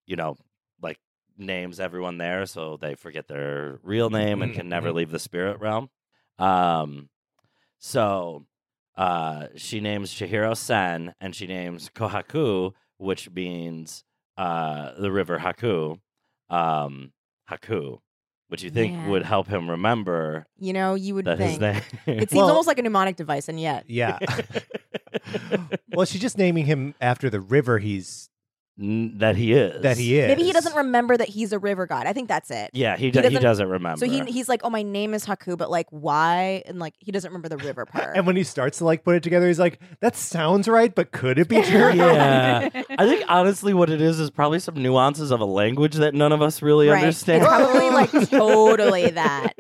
S3: you know, like names everyone there, so they forget their real name and can
S4: Mm-hmm.
S3: never
S2: Mhm.
S3: leave the spirit realm. Um, so uh, she names Shihiro Sen and she names Kohaku, which means uh, the river Haku, um, Haku, which you think
S4: Man.
S3: would help him remember
S4: You know, you would
S3: that his
S4: think
S3: name.
S4: it seems
S2: Well-
S4: almost like a mnemonic device, and
S2: [LAUGHS]
S3: [LAUGHS]
S4: yet
S2: Yeah. well, she's just naming him after the river he's
S3: N- that he is.
S2: that he is.
S4: maybe he doesn't remember that he's a river god. I think that's it.
S3: Yeah, he, do- he,
S4: doesn't-
S3: doesn't, remember.
S4: So he he's like, oh, my name is Haku, but like, why? And like, he doesn't remember the river part.
S2: [LAUGHS] [LAUGHS] And when he starts to like put it together, he's like, "That sounds right, but could
S4: [LAUGHS]
S2: it be true?" [LAUGHS]
S3: yeah. I think honestly, what it is is probably some nuances of a language that none of us really
S4: Right.
S3: understand.
S4: It's
S2: [LAUGHS]
S3: [LAUGHS]
S4: probably, like, totally that.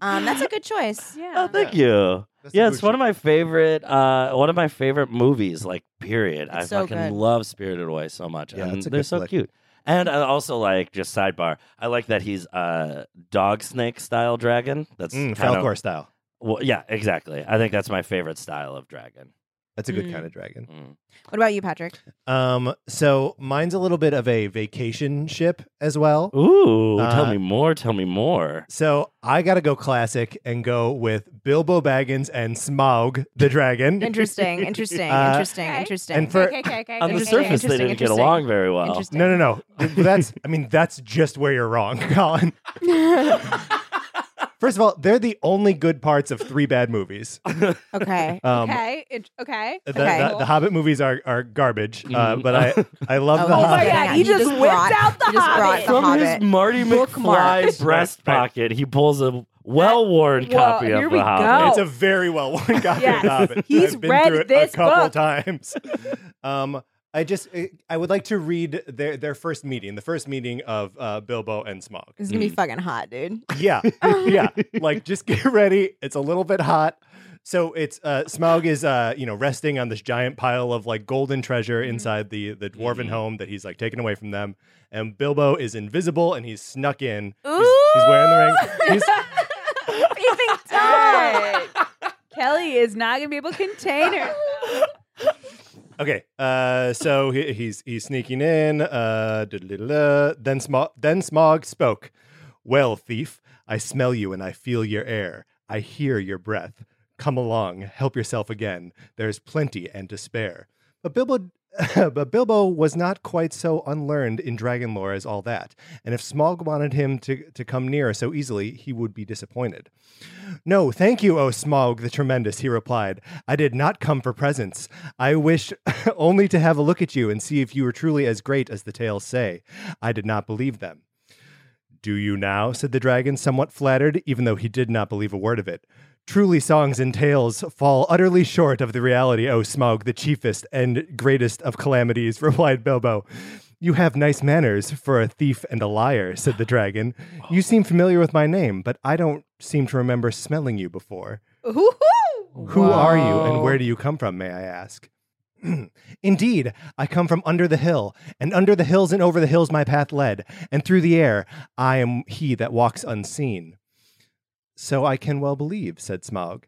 S4: um, that's a good choice.
S5: yeah.
S3: Oh, thank you.
S2: That's
S3: yeah,
S2: the
S3: it's
S2: Gucci.
S3: one of my favorite, uh, one of my favorite movies. Like, period. I
S4: It's so
S3: fucking
S4: good.
S3: love Spirited Away so much,
S2: Yeah,
S3: and
S2: it's a
S3: they're
S2: good
S3: so
S2: flick.
S3: cute. And I also like just sidebar. I like that he's a dog snake style dragon. That's
S2: Mm,
S3: kind
S2: Falcor style.
S3: Well, yeah, exactly. I think that's my favorite style of dragon.
S2: That's a good
S5: Mm.
S2: kind of dragon.
S3: Mm.
S4: What about you, Patrick?
S2: Um, so mine's a little bit of a vacation ship as well.
S3: Ooh, tell
S2: Uh,
S3: me more. Tell me more.
S2: So I gotta go classic and go with Bilbo Baggins and Smaug the dragon.
S4: Interesting, interesting,
S2: Uh,
S4: interesting,
S5: Okay.
S2: [LAUGHS]
S4: interesting.
S2: and for-
S5: okay, okay, okay.
S3: On the
S4: Interesting,
S3: surface, they
S4: interesting,
S3: didn't get
S4: interesting.
S3: along very well.
S4: Interesting.
S2: No, no, no. Th- That's I mean that's just where you're wrong, [LAUGHS]
S4: [LAUGHS]
S2: Colin. First of all, they're the only good parts of three bad movies. [LAUGHS]
S4: okay.
S2: Um,
S5: okay, int- okay.
S2: The,
S4: Okay.
S2: the, the Hobbit movies are, are garbage, uh,
S3: Mm.
S2: but I, I love
S4: [LAUGHS] Oh,
S2: the
S4: oh my
S2: Hobbit.
S4: God,
S5: Yeah,
S4: Yeah,
S5: he,
S4: you
S5: just
S4: just
S5: whipped
S4: brought-
S5: out the
S4: you just brought
S5: Hobbit.
S4: the
S3: From his
S4: Hobbit.
S3: Marty [LAUGHS]
S4: Bookmark.
S3: McFly breast
S2: Right, right.
S3: pocket, he pulls a well-worn
S5: Well,
S3: copy
S5: here
S3: of
S5: we
S3: The Hobbit.
S5: go.
S2: It's a very well worn [LAUGHS] copy
S5: Oh. Yes.
S2: of The Hobbit.
S5: He's
S2: I've been
S5: read
S2: through it
S5: this
S2: a couple
S5: book.
S2: times. [LAUGHS] Um, I just I would like to read their their first meeting, the first meeting of uh, Bilbo and Smaug.
S4: This is gonna be fucking
S5: [LAUGHS]
S4: hot, dude.
S2: Yeah, yeah. Like, just get [LAUGHS] ready. It's a little bit hot. So it's uh, Smaug is uh, you know resting on this giant pile of like golden treasure
S5: Mm-hmm.
S2: inside the the dwarven
S3: Mhm.
S2: home that he's like taken away from them, and Bilbo is invisible and he's snuck in. He's, he's wearing the
S5: [LAUGHS]
S2: ring. He's,
S5: Peeping
S4: [LAUGHS]
S5: Tom. Kelly is not gonna be able to contain
S4: [LAUGHS]
S5: her.
S2: Okay, uh, so he, he's he's sneaking in. Uh, da-da-da-da. then Smog then Smog spoke. Well, thief, I smell you and I feel your air. I hear your breath. Come along, help yourself again. There's plenty and to spare. But Bilbo, [LAUGHS] but Bilbo was not quite so unlearned in dragon lore as all that. And if Smog wanted him to to come near so easily, he would be disappointed. No, thank you, O Smog the Tremendous, he replied. I did not come for presents. I wished [LAUGHS] only to have a look at you and see if you were truly as great as the tales say. I did not believe them. Do you now? said the dragon, somewhat flattered, even though he did not believe a word of it. Truly, songs and tales fall utterly short of the reality, O Smog, the chiefest and greatest of calamities, [LAUGHS] replied Bilbo. You have nice manners for a thief and a liar, said the dragon. You seem familiar with my name, but I don't seem to remember smelling you before.
S5: Ooh-hoo.
S2: Who are you and
S4: Wow.
S2: where do you come from, may I ask? [CLEARS THROAT] Indeed, I come from under the hill, and under the hills and over the hills my path led, and through the air I am he that walks unseen. So I can well believe, said Smaug.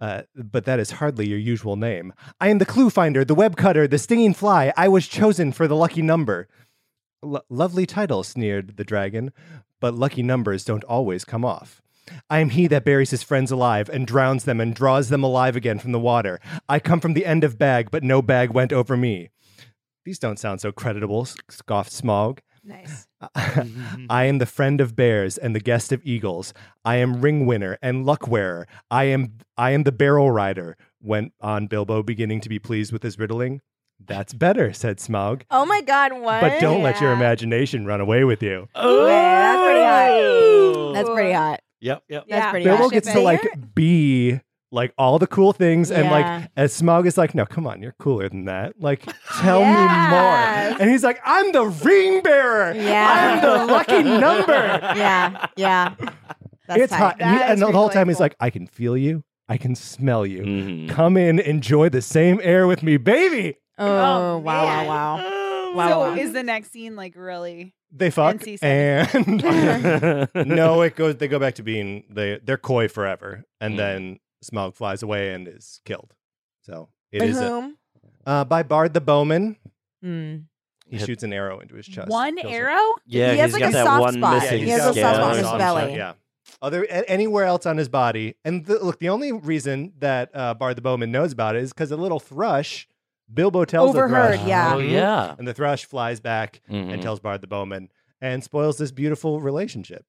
S2: Uh, but that is hardly your usual name. I am the clue finder, the web cutter, the stinging fly. I was chosen for the lucky number. L- lovely title, sneered the dragon, but lucky numbers don't always come off. I am he that buries his friends alive and drowns them and draws them alive again from the water. I come from the end of bag, but no bag went over me. These don't sound so creditable, s- scoffed Smog. [LAUGHS]
S5: Nice.
S2: I am the friend of bears and the guest of eagles. I am ring winner and luck wearer. I am I am the barrel rider, went on Bilbo, beginning to be pleased with his riddling. That's better, said Smaug.
S4: Oh my god, what?
S2: But don't let your
S5: Yeah.
S2: imagination run away with you.
S4: Ooh, that's pretty
S3: Ooh.
S4: hot. That's pretty hot.
S3: Yep, yep.
S4: That's
S5: Yeah.
S4: pretty
S2: Bilbo
S4: hot.
S2: gets to like be like all the cool things, and
S4: Yeah.
S2: like as Smog is like, no, come on, you're cooler than that. Like, tell me
S4: Yes.
S2: more. And he's like, I'm the ring bearer.
S4: Yeah.
S2: I'm the lucky number.
S4: [LAUGHS] yeah, yeah. That's
S2: it's
S4: tight.
S2: hot. And, he-
S5: That
S2: and
S5: is
S2: the whole time he's
S5: really
S2: like, I can feel you. I can smell you.
S3: Mhm.
S2: Come in, enjoy the same air with me, baby.
S4: Oh,
S5: Oh,
S4: wow,
S5: man.
S4: wow, wow. Wow,
S5: so
S4: wow.
S5: is the next scene like really?
S2: They fuck
S5: NC-17.
S2: and [LAUGHS]
S3: [LAUGHS]
S4: [LAUGHS]
S2: no, it goes. They go back to being they they're coy forever, and
S3: Mm.
S2: then Smog flies away and is killed. So it
S4: By
S2: is a-
S4: whom?
S2: uh, by Bard the Bowman.
S4: Mm.
S2: He
S3: Hit-
S2: shoots an arrow into his chest.
S5: One
S2: Kills him.
S5: arrow?
S3: Yeah,
S4: He
S3: he's
S4: has like
S3: got
S4: a
S3: that
S4: soft
S3: one
S4: spot.
S3: missing
S4: He has a soft
S3: scale
S4: spot
S3: or
S4: on his
S3: something.
S4: belly.
S2: Yeah. Other a- anywhere else on his body, and the, look, the only reason that uh, Bard the Bowman knows about it is because a little thrush, Bilbo tells the
S4: Overheard,
S2: thrush,
S4: yeah.
S3: Oh yeah.
S2: and the thrush flies back
S3: Mhm.
S2: and
S4: Mm-hmm.
S2: tells Bard the Bowman and spoils this beautiful relationship.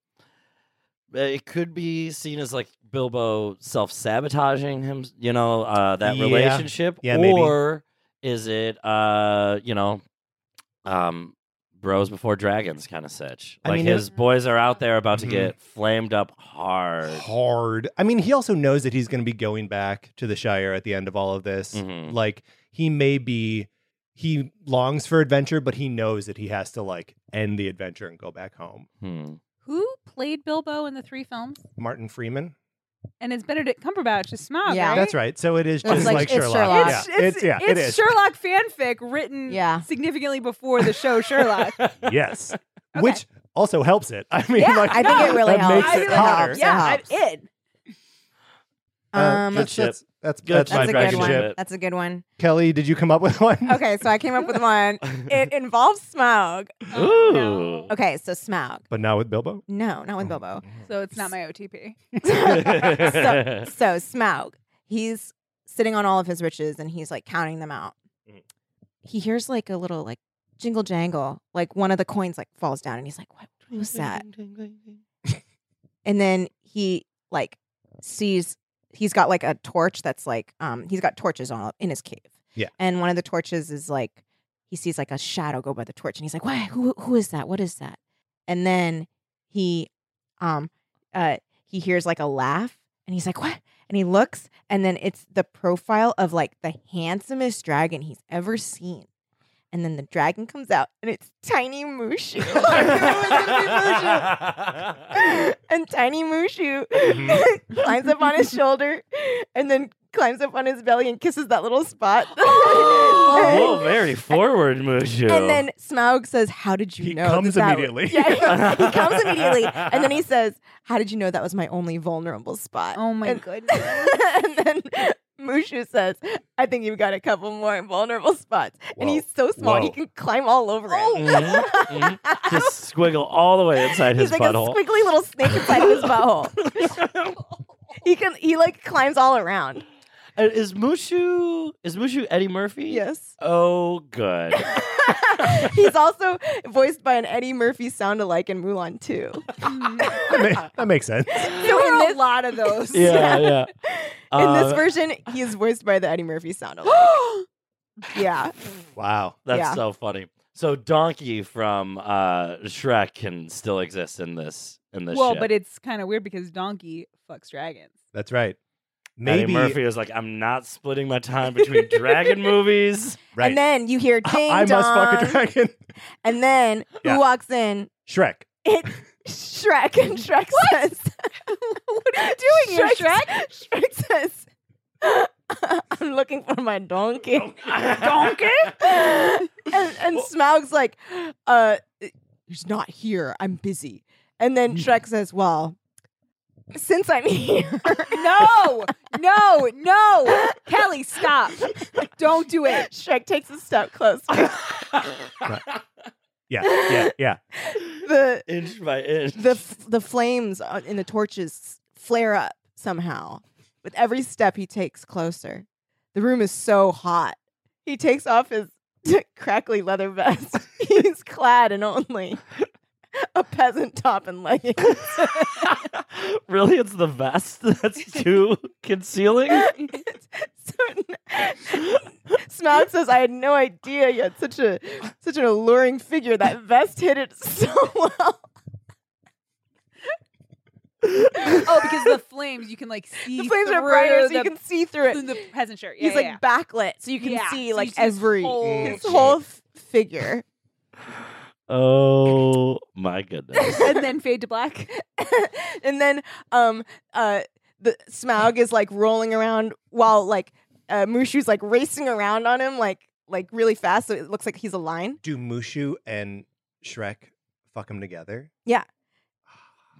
S3: Uh, it could be seen as like Bilbo self sabotaging him, you know, uh, that
S2: Yeah.
S3: relationship.
S2: Yeah, maybe.
S3: or is it, uh, you know, um, bros before dragons kind of sitch?
S2: I
S3: Like
S2: mean, it-
S3: his boys are out there about
S2: Mhm.
S3: to get flamed up hard.
S2: Hard. I mean, he also knows that he's going to be going back to the Shire at the end of all of this.
S4: Mm-hmm.
S3: Mhm.
S2: Like he may be, he longs for adventure, but he knows that he has to like end the adventure and go back home.
S3: Hmm.
S5: Who played Bilbo in the three films?
S2: Martin Freeman.
S5: And it's Benedict Cumberbatch, just Smaug,
S4: Yeah.
S5: right?
S2: That's right. So it is
S4: It's
S2: just
S4: like-
S2: like,
S4: it's
S2: Sherlock.
S4: Sherlock.
S2: Yeah,
S5: It's, it's,
S2: yeah, it
S5: it's
S2: is.
S5: Sherlock fanfic written
S4: Yeah.
S5: significantly before
S2: [LAUGHS]
S5: the show Sherlock.
S2: Yes,
S4: [LAUGHS]
S2: which also helps it. I mean,
S5: Yeah,
S2: like
S4: I think it really
S2: that
S4: helps.
S2: Makes
S5: I
S2: it
S5: feel
S4: It
S5: like-
S2: hotter.
S4: helps.
S5: Yeah,
S4: It
S5: I'm in.
S4: Um,
S3: Good
S2: that's,
S3: ship.
S2: that's, Uh, that's,
S3: Good
S2: that's
S3: ship.
S2: my
S4: that's a good
S2: dragon
S4: one.
S2: ship.
S4: That's a good one.
S2: Kelly, did you come up with one?
S4: Okay, so I came up with one. [LAUGHS] It involves Smaug.
S3: Ooh.
S4: Okay, so Smaug.
S2: But not with Bilbo? Oh.
S4: No, not with Bilbo. [LAUGHS]
S5: So it's not my OTP.
S4: so, so Smaug, he's sitting on all of his riches and he's like counting them out.
S3: Mhm.
S4: He hears like a little like jingle jangle, like one of the coins like falls down and he's like, What, what was [LAUGHS] that? And then he like sees he's got like a torch that's like um he's got torches all in his cave.
S2: Yeah.
S4: And one of the torches is like he sees like a shadow go by the torch and he's like, Why who who is that? What is that? And then he um uh he hears like a laugh and he's like, What? And he looks and then it's the profile of like the handsomest dragon he's ever seen. And then the dragon comes out and it's tiny Mushu. [LAUGHS] I knew it was gonna be Mushu [LAUGHS] and tiny Mushu
S2: Mm-hmm.
S4: [LAUGHS] climbs up on his shoulder and then climbs up on his belly and kisses that little
S2: [LAUGHS]
S4: spot. [LAUGHS]
S3: Oh,
S4: and,
S3: very forward, Mushu.
S4: and then Smaug says, How did you
S2: He
S4: know?
S2: comes
S4: that that-
S2: immediately.
S4: Yeah, he
S2: [LAUGHS]
S4: comes immediately. And then he says, How did you know that was my only vulnerable spot?
S5: Oh my
S4: and, [LAUGHS]
S5: goodness.
S4: and then Mushu says, I think you've got a couple more vulnerable spots. And
S2: Whoa.
S4: he's so small, he
S2: Whoa.
S4: can climb all over
S5: Oh,
S4: him.
S3: Mhm, mhm. Just squiggle all the way inside
S4: He's
S3: his
S4: like
S3: butthole.
S4: a squiggly little snake inside of his butthole.
S5: [LAUGHS]
S4: he can he like climbs all around.
S3: Uh, is Mushu is Mushu Eddie Murphy?
S4: Yes.
S3: Oh, good.
S4: He's also voiced by an Eddie Murphy sound alike in Mulan 2.
S2: That, ma- that makes sense.
S4: So in this,
S5: lot of those.
S4: [LAUGHS]
S3: yeah, yeah.
S4: in
S3: Uh,
S4: this version, he is voiced by the Eddie Murphy sound
S5: [GASPS]
S4: alike. yeah.
S2: Wow.
S3: That's
S4: Yeah.
S3: so funny. So Donkey from uh, Shrek can still exist in this in this.
S5: Well,
S3: ship.
S5: but it's kind of weird because Donkey fucks dragons.
S2: That's right.
S3: Eddie
S2: Maybe.
S3: Murphy is like, I'm not splitting my time
S4: [LAUGHS]
S3: between dragon movies.
S2: Right.
S4: And then you
S3: [LAUGHS]
S4: hear
S2: [LAUGHS]
S4: ding
S2: I
S4: dong.
S2: must fuck a dragon. [LAUGHS]
S4: And then
S2: Yeah.
S4: who walks in?
S2: Shrek.
S4: It's Shrek and Shrek says What are you
S5: doing here,
S4: [LAUGHS] Shrek says [LAUGHS] I'm looking for my donkey.
S3: Donkey.
S4: [LAUGHS] and and Smaug's like, uh, he's not here. I'm busy. And then Shrek says, well, since I'm [LAUGHS] here,
S5: No, no, no. Kelly,
S4: [LAUGHS]
S5: stop. Don't do it.
S4: Shrek takes a step closer.
S2: Yeah,
S4: [LAUGHS]
S2: yeah, yeah.
S4: the
S3: inch by inch.
S4: the f- the flames on- in the torches flare up somehow with every step he takes closer. The room is so hot. He takes off his [LAUGHS] crackly leather vest. [LAUGHS] He's clad in only a peasant top and leggings. [LAUGHS]
S3: [LAUGHS] really, it's the vest [LAUGHS] that's too
S4: [LAUGHS]
S3: concealing.
S4: so, [LAUGHS] Smaug says, "I had no idea you had such a such an alluring figure. That vest hid it so [LAUGHS] well."
S5: [LAUGHS] Oh, because the flames you can like see.
S4: [LAUGHS] the flames are
S5: through
S4: brighter, so you
S5: the-
S4: can see through
S5: through
S4: it.
S5: the peasant shirt. Yeah,
S4: He's
S5: yeah,
S4: like
S5: yeah.
S4: backlit, so you can
S5: Yeah,
S4: see
S5: so
S4: like
S5: you see his
S4: every [LAUGHS]
S2: Mm.
S5: whole
S4: his
S5: shape.
S4: whole f- figure. [LAUGHS]
S3: Oh my goodness.
S5: and then fade to black.
S4: and then um uh the Smaug is like rolling around while like uh, Mushu's like racing around on him like like really fast, so it looks like he's a lion.
S2: Do Mushu and Shrek fuck him together?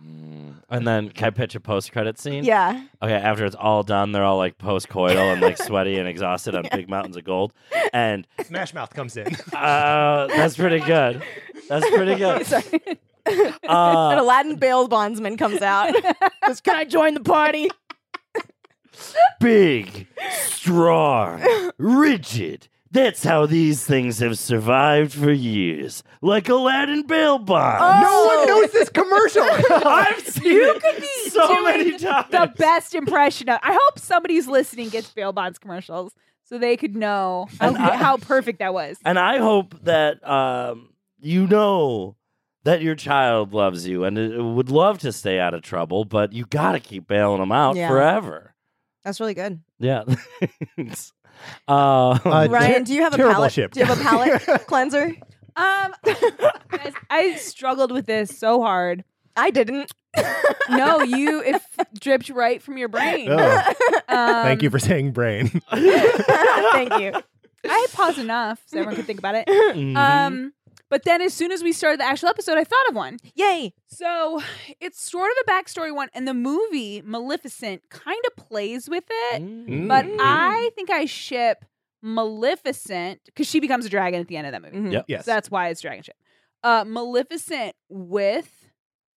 S3: Mm. And then can I pitch a post credit scene?
S4: Yeah.
S3: Okay, after it's all done, they're all like post coital and like sweaty and exhausted on big mountains of gold. And
S2: Smash Mouth comes in.
S3: uh, that's pretty good. That's
S4: [LAUGHS]
S3: pretty good.
S4: Sorry.
S3: [LAUGHS] Uh,
S4: and Aladdin Bale's bondsman
S5: [LAUGHS]
S4: comes out. Says, Can I join the party?
S3: big, strong, rigid. That's how these things have survived for years, like Aladdin Bail Bond.
S2: no one
S4: Oh.
S2: knows this commercial.
S3: [LAUGHS] I've seen you could be so
S5: doing
S3: many times.
S5: the best impression of. I hope somebody who's listening gets Bail Bonds commercials so they could know how,
S3: And I-
S5: how perfect that was.
S3: and I hope that um, you know that your child loves you and it- would love to stay out of trouble, but you got to keep bailing them out
S4: Yeah.
S3: forever.
S4: That's really good.
S3: Yeah. [LAUGHS] uh,
S2: Uh,
S4: Ryan, do you have a
S2: terrible
S4: palate?
S2: ship.
S4: Do you have a palate cleanser?
S5: Um, guys, I struggled with this so hard.
S4: I didn't.
S5: No, you it f- dripped right from your brain.
S2: [LAUGHS] Oh,
S5: Um,
S2: thank you for saying brain. [LAUGHS]
S5: [LAUGHS]
S4: Thank you.
S5: I paused enough so everyone could think about it.
S3: mhm.
S5: Um, But then as soon as we started the actual episode, I thought of one.
S4: Yay.
S5: So it's sort of a backstory one, and the movie Maleficent kind of plays with it.
S3: Mm.
S5: But
S4: Mm-hmm.
S5: I think I ship Maleficent because she becomes a dragon at the end of that movie.
S4: Mhm.
S3: Yep.
S2: Yes.
S5: So that's why it's dragon ship. Uh, Maleficent with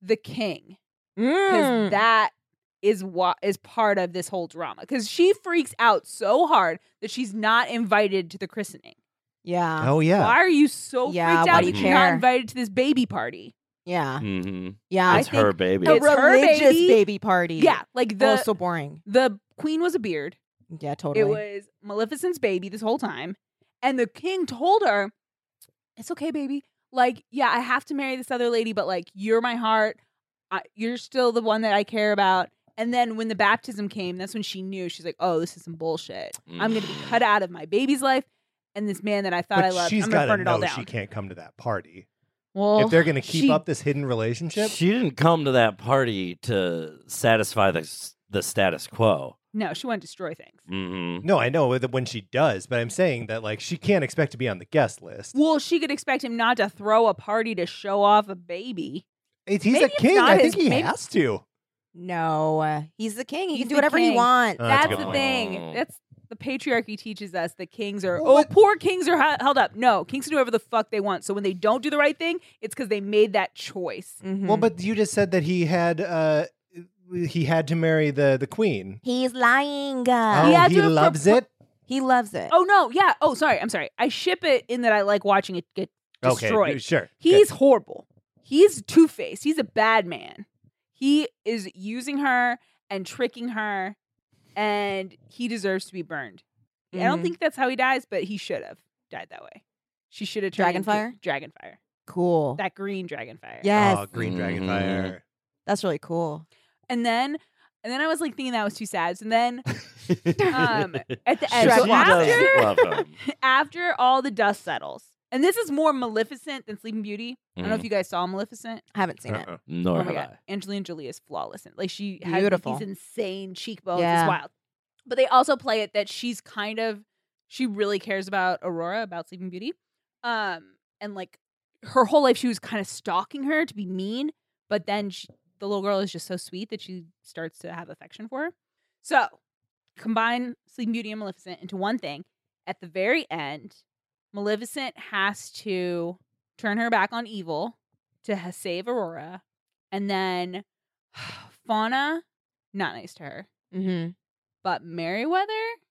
S5: the king because
S4: Mm.
S5: that is what is part of this whole drama because she freaks out so hard that she's not invited to the christening.
S4: yeah.
S6: Oh yeah.
S5: Why are you so
S4: Yeah,
S5: freaked
S4: why
S5: out
S4: do you
S5: that you're not
S4: care?
S5: invited to this baby party?
S4: Yeah.
S3: Mhm.
S4: Yeah.
S3: It's her baby.
S4: a
S5: It's her
S4: religious
S5: baby.
S4: baby. party.
S5: Yeah, like the
S4: oh, so boring.
S5: the queen was a beard.
S4: Yeah, totally.
S5: It was Maleficent's baby this whole time. And the king told her, It's okay, baby. Like, yeah, I have to marry this other lady, but like, you're my heart. I, you're still the one that I care about. And then when the baptism came, that's when she knew. She's like, Oh, this is some bullshit.
S3: Mm-hmm.
S5: I'm going to be cut out of my baby's life. And this man that I thought
S2: Mm. But
S5: I loved,
S2: she's
S5: I'm
S2: got to
S5: going to burn it all
S2: know
S5: down.
S2: she can't come to that party.
S5: Well,
S2: if they're going to keep
S5: she-
S2: up this hidden relationship,
S3: She didn't come to that party to satisfy the s- the status quo.
S5: no, she wouldn't destroy things.
S2: Mm.
S3: Mm-hmm.
S2: no, I know that when she does, but I'm saying that like she can't expect to be on the guest list.
S5: Well, she could expect him not to throw a party to show off a baby.
S2: It's, he's
S5: maybe
S2: a
S5: it's
S2: king.
S5: not
S2: I
S5: his-
S2: think he
S5: maybe-
S2: has to.
S4: no, uh, he's the king. He
S5: He's
S4: can do
S5: the
S4: whatever
S5: king.
S4: he wants.
S2: Uh, that's a
S5: That's
S2: good
S5: the
S2: point.
S3: Oh.
S5: thing. That's the patriarchy teaches us that kings are
S2: Well,
S5: oh
S2: what-
S5: poor kings are h- held up. No, kings can do whatever the fuck they want. So when they don't do the right thing, it's because they made that choice.
S2: Mm.
S4: Mhm.
S6: Well, but you just said that he had uh he had to marry the the queen.
S4: he's lying.
S6: Oh,
S4: Uh,
S5: He had
S6: he
S5: to have
S6: loves
S5: propo-
S6: it.
S4: He loves it.
S5: Oh no, yeah. Oh sorry, I'm sorry. I ship it in that I like watching it get destroyed.
S2: Okay, sure.
S5: He's horrible. He's two faced. He's a bad man. He is using her and tricking her, and he deserves to be burned. I don't
S2: Mm-hmm.
S4: Mhm.
S5: think that's how he dies, but he should have died that way. She should have turned into-
S4: Dragonfire?
S5: Dragonfire.
S4: cool.
S5: That green dragonfire.
S4: yes,
S2: Oh, green dragon
S3: Mhm.
S2: fire.
S4: that's really cool.
S5: And then and then I was like thinking that was too sad. And then [LAUGHS] Um,
S2: [LAUGHS]
S5: at the
S3: She
S5: end, so
S3: does
S5: after,
S3: love him.
S5: after all the dust settles, and this is more Maleficent than Sleeping Beauty. [LAUGHS] I don't know
S3: Mhm.
S5: if you guys saw Maleficent.
S4: I haven't seen it.
S2: Uh-uh.
S3: Mm-hmm. Nor
S5: oh my
S3: have
S5: god, Angelina Jolie is flawless. In, like she has like,
S4: Beautiful.
S5: these insane cheekbones.
S4: Yeah.
S5: It's wild. But they also play it that she's kind of she really cares about Aurora about Sleeping Beauty, um, and like her whole life she was kind of stalking her to be mean, but then she, the little girl is just so sweet that she starts to have affection for her. So combine Sleeping Beauty and Maleficent into one thing. At the very end, Maleficent has to turn her back on evil to ha- save Aurora, and then [SIGHS] Fauna, not nice to her,
S4: Mm-hmm.
S5: but Meriwether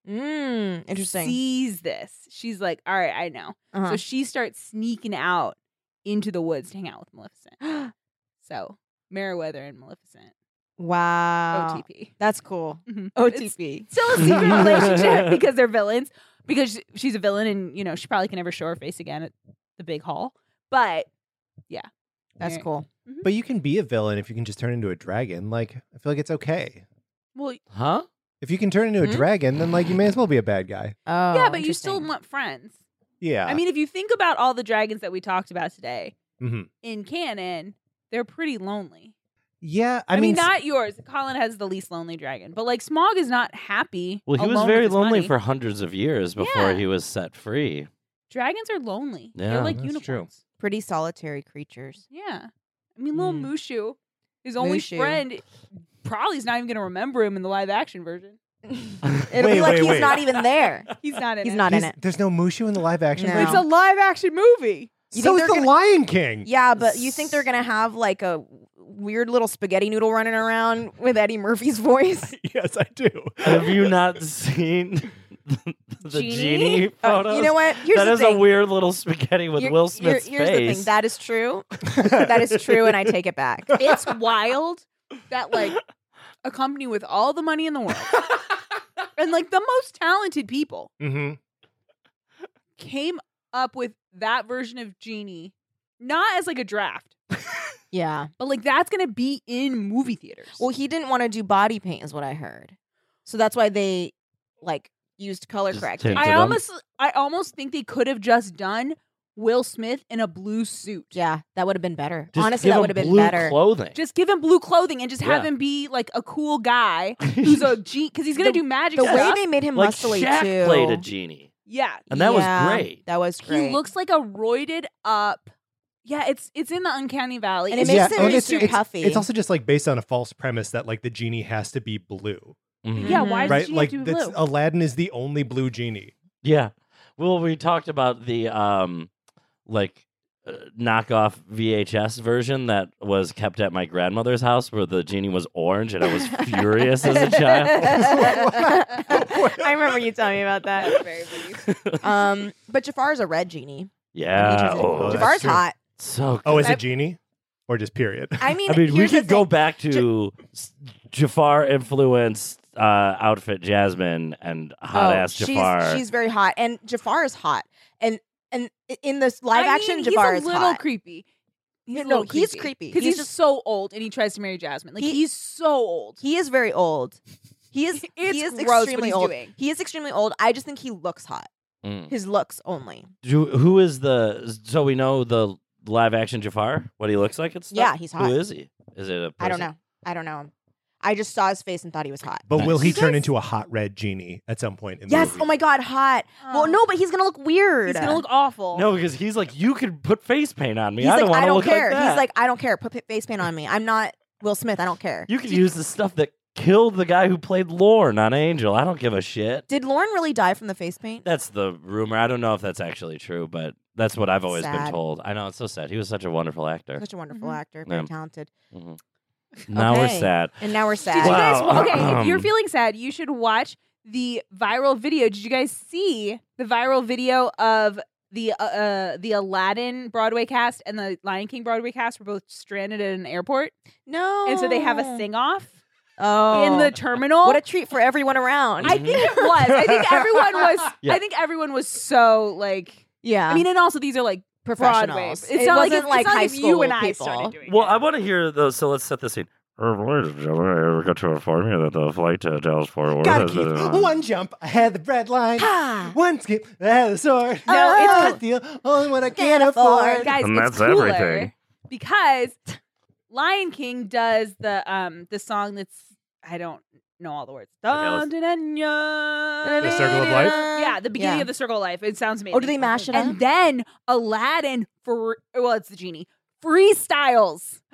S4: Mm, interesting.
S5: sees this. She's like, "All right, I know." So
S4: Uh-huh.
S5: she starts sneaking out into the woods to hang out with Maleficent.
S4: [GASPS]
S5: So Meriwether and Maleficent,
S4: wow,
S5: OTP,
S4: that's cool.
S5: Mhm. It's
S4: OTP.
S5: Still a secret
S4: [LAUGHS]
S5: relationship because they're villains. Because she's a villain, and you know she probably can never show her face again at the big hall. But yeah,
S4: That's
S5: Mer-
S4: cool.
S2: But you can be a villain if you can just turn into a dragon. Like I feel like it's okay.
S5: Well,
S3: Huh?
S2: If you can turn into a
S4: Hmm?
S2: dragon, then like you may as well be a bad guy.
S4: Oh,
S5: yeah, but you still
S4: interesting.
S5: want friends.
S2: Yeah.
S5: I mean, if you think about all the dragons that we talked about today
S2: Mhm.
S5: in canon, they're pretty lonely.
S2: yeah. I,
S5: I, mean,
S2: mean, s-
S5: not yours. Colin has the least lonely dragon, but like Smog is not happy.
S3: Well, he was
S5: alone
S3: very
S5: with his
S3: lonely
S5: money.
S3: for hundreds of years before
S5: Yeah.
S3: he was set free.
S5: dragons are lonely.
S3: Yeah,
S5: they're like
S2: that's true.
S5: unicorns.
S4: pretty solitary creatures.
S5: Yeah, I mean, little
S4: Mm.
S5: Mushu, his only
S4: Mushu.
S5: friend, probably is not even going to remember him in the live action version.
S4: It'll
S2: Wait,
S4: be like
S2: wait,
S4: he's
S2: wait.
S4: not even there.
S5: He's not in.
S4: He's
S5: it.
S4: not in
S2: he's-
S4: it.
S2: there's no Mushu in the live action.
S4: No.
S2: version?
S5: It's a live action movie.
S4: You
S2: so
S4: think
S2: is
S4: they're
S2: the
S4: gonna-
S2: Lion King.
S4: Yeah, but you think they're gonna have like a weird little spaghetti noodle running around with Eddie
S3: [LAUGHS]
S4: Murphy's voice?
S2: [LAUGHS] yes, I do.
S3: Have
S2: [LAUGHS]
S3: you not seen [LAUGHS] the, the
S5: Genie?
S3: genie
S4: Uh,
S3: photos?
S4: you know what? Here's
S3: that
S4: the
S3: is
S4: thing.
S3: a weird little spaghetti with
S4: You're-
S3: Will
S4: you're-
S3: Smith's
S4: here's the
S3: face.
S4: thing. That
S3: [LAUGHS]
S4: is true. that is true, and I take it back.
S5: It's wild that like a company with all the money in the world and like the most talented people
S2: hmm
S5: came up with that version of Genie, not as like a draft,
S4: Yeah.
S5: but like that's gonna be in movie theaters.
S4: Well, he didn't want to do body paint, is what I heard. So that's why they like used color
S3: Just
S4: correcting.
S3: tinted
S5: I
S3: them.
S5: almost I almost think they could have just done Will Smith in a blue suit.
S4: yeah, that would have been better.
S3: Just
S4: Honestly,
S3: give
S4: that
S3: him
S4: would have been
S3: blue
S4: better.
S3: Clothing.
S5: Just give him blue clothing and just have
S3: Yeah.
S5: him be like a cool guy [LAUGHS]
S3: [LAUGHS]
S5: who's a genie because he's gonna
S4: The-
S5: do magic
S4: the way
S5: stuff.
S4: they made him
S3: like
S4: muscly
S3: Shaq
S4: too.
S3: played a genie,
S5: yeah,
S3: and that was
S4: Yeah,
S3: great.
S4: That was great.
S5: He looks like a roided up Yeah, it's it's in the uncanny valley.
S4: And it
S5: It's
S4: makes
S5: just
S4: it
S2: and
S5: very
S4: really
S2: it's,
S4: too
S2: it's-
S4: puffy.
S2: It's also just like based on a false premise that like the genie has to be blue,
S4: Mm-hmm.
S3: Mhm.
S5: Yeah, why does
S2: right?
S5: she
S2: Like
S5: do
S2: that's-
S5: blue?
S2: Aladdin is the only blue genie.
S3: Yeah. Well, we talked about the um, like uh, knockoff VHS version that was kept at my grandmother's house, where the genie was orange, and I was furious as a
S5: [LAUGHS]
S4: [LAUGHS]
S3: child.
S4: I remember you telling me about that.
S3: [LAUGHS]
S4: Um, but Jafar is a red genie.
S3: yeah.
S4: He's a-
S3: Oh,
S2: that's
S4: Jafar's
S2: true.
S4: hot.
S3: so.
S2: Oh, is
S5: I-
S2: it genie or just period?
S4: I mean,
S3: I mean, we
S4: here's the
S3: could go
S4: thing.
S3: back to s Jafar influenced uh, outfit Jasmine and hot ass
S4: Oh, she's,
S3: Jafar.
S4: She's very hot, and Jafar is hot, and and in this live
S5: I
S4: action,
S5: mean,
S4: Jafar
S5: he's
S4: is
S5: a little
S4: hot.
S5: creepy.
S4: No,
S5: a
S4: no,
S5: little
S4: he's creepy.
S5: because
S4: He's
S5: he's,
S4: just-
S5: so old, and he tries to marry Jasmine. Like
S4: He-
S5: he's so old.
S4: He is very old. He is.
S5: [LAUGHS] It's
S4: he is
S5: gross what
S4: extremely
S5: he's
S4: old.
S5: doing.
S4: He is extremely old. I just think he looks hot.
S3: Mm.
S4: His looks only.
S3: Do- who is the? So we know the live action Jafar. What he looks like and stuff.
S4: Yeah, he's hot.
S3: Who is he? Is it a? Person?
S4: I don't know. I don't know him. I just saw his face and thought he was hot.
S2: But will
S3: Nice.
S2: he
S3: You
S2: turn
S3: guys-
S2: into a hot red genie at some point in the
S4: Yes.
S2: movie?
S4: Oh my god, hot. Well,
S5: Um,
S4: no, but he's gonna look weird.
S5: he's gonna look awful.
S3: No, because he's like, you could put face paint on me.
S4: He's
S3: I don't
S4: like,
S3: want
S4: I
S3: to
S4: don't
S3: look
S4: care.
S3: like that.
S4: He's like, I don't care. Put p- face paint on me. I'm not Will Smith. I don't care.
S3: you could use the stuff that killed the guy who played Lorne on Angel. I don't give a shit.
S4: Did Lauren really die from the face paint?
S3: That's the rumor. I don't know if that's actually true, but that's what I've always been
S4: Sad.
S3: told. I know it's so sad. He was such a wonderful actor.
S4: Such a wonderful
S5: Mhm.
S4: actor, very
S3: Yeah.
S4: talented.
S3: Now we're
S4: Okay.
S3: sad.
S4: And now we're
S5: Did
S4: sad.
S5: you guys?
S3: Wow.
S5: Okay, if you're
S3: Um.
S5: feeling sad, you should watch the viral video. Did you guys see the viral video of the uh, uh, the Aladdin Broadway cast and the Lion King Broadway cast were both stranded at an airport,
S4: No.
S5: and so they have a sing off
S4: Oh.
S5: in the terminal.
S4: what a treat for everyone around.
S3: Mm-hmm.
S5: I think [LAUGHS] it was. I
S4: [LAUGHS]
S5: think everyone was.
S3: Yeah.
S5: I think everyone was so like.
S4: yeah.
S5: I mean, and also these are like Broadway. Broadway.
S4: professionals.
S5: It's not like,
S4: wasn't
S5: it's, it's not
S4: high
S5: like
S4: school
S5: you and I
S4: people.
S5: started doing
S3: Well,
S5: it.
S3: I want to hear those. So let's set the scene. Ladies and gentlemen, I got to inform you that the flight to Dallas Fort Worth
S2: Gotta
S3: has
S2: keep
S3: been-
S4: [LAUGHS]
S2: one jump. I had the bread line.
S4: Ha!
S2: One skip. I had the sword.
S4: No,
S2: Ah,
S4: it's-
S2: deal. Only what I
S4: Can't
S2: can't
S4: afford.
S2: afford.
S5: guys,
S3: And
S5: it's
S3: that's
S5: cooler
S3: everything.
S5: Because Lion King does the um the song that's I don't know all the words.
S3: let's-
S2: The
S5: The
S2: Circle of Life?
S5: Yeah, the beginning
S4: uh, Yeah.
S5: of the Circle of Life. It sounds amazing.
S4: Oh, do they mash it up?
S5: And then Aladdin for well, it's the genie freestyles. [GASPS]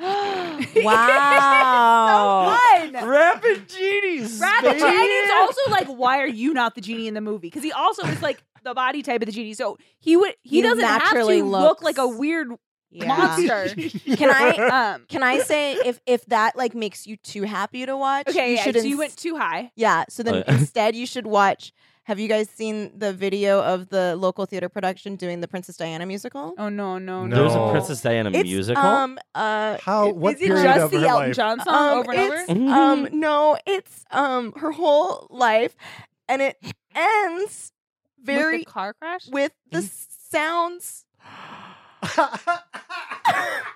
S4: wow.
S5: Fun.
S3: Rapid genies.
S5: Rabbit
S3: baby.
S5: Jagged's also like, why are you not the genie in the movie? Because he also is like the body type of the genie, so he would he,
S4: He
S5: doesn't have to
S4: naturally
S5: look
S4: looks-
S5: like a weird
S4: Yeah.
S5: monster.
S4: [LAUGHS]
S3: [LAUGHS]
S4: Can I
S5: Um,
S4: can I say if if that like makes you too happy to watch?
S5: okay,
S4: you
S5: yeah, so
S4: should
S5: you
S4: ins-
S5: went too high.
S4: Yeah. So
S3: [LAUGHS]
S4: then
S3: Oh, yeah.
S4: instead, you should watch. Have you guys seen the video of the local theater production doing the Princess Diana musical?
S5: Oh no, no, no.
S2: no.
S3: There's a Princess Diana
S4: it's,
S3: musical.
S4: Um. Uh.
S2: [LAUGHS] How? What
S5: is it
S2: period
S5: just
S2: of
S5: the
S2: her
S5: Elton
S2: life? [LAUGHS]
S5: John song
S4: um,
S5: over and over?
S4: it's, Um.
S3: Mm-hmm.
S4: No. It's um her whole life, and it ends very
S5: With the Mm. car crash.
S4: with the sounds.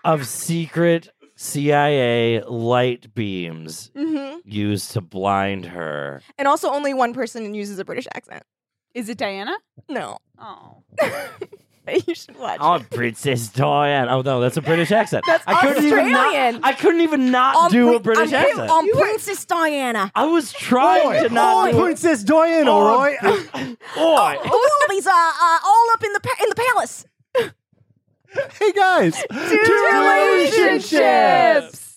S3: of secret CIA light beams
S4: hmm
S3: used to blind
S4: [LAUGHS]
S3: her.
S4: And also, only one person uses a British accent.
S5: Is it Diana?
S4: No, [LAUGHS]
S5: Oh,
S4: but you should watch.
S3: Oh, Princess Diana. Oh no, that's a British accent.
S4: That's
S3: I couldn't even
S4: Australian. Um,
S3: not. I couldn't even not
S4: On
S3: do a
S4: Pri-
S3: British
S4: on,
S3: accent.
S4: On Princess Diana.
S3: I was trying to not do it. [LAUGHS]
S2: Princess Diana, Roy. [LAUGHS]
S3: Oi.
S4: The wallabies are uh, all up in the pa- in the palace.
S2: hey guys, two,
S4: relationships.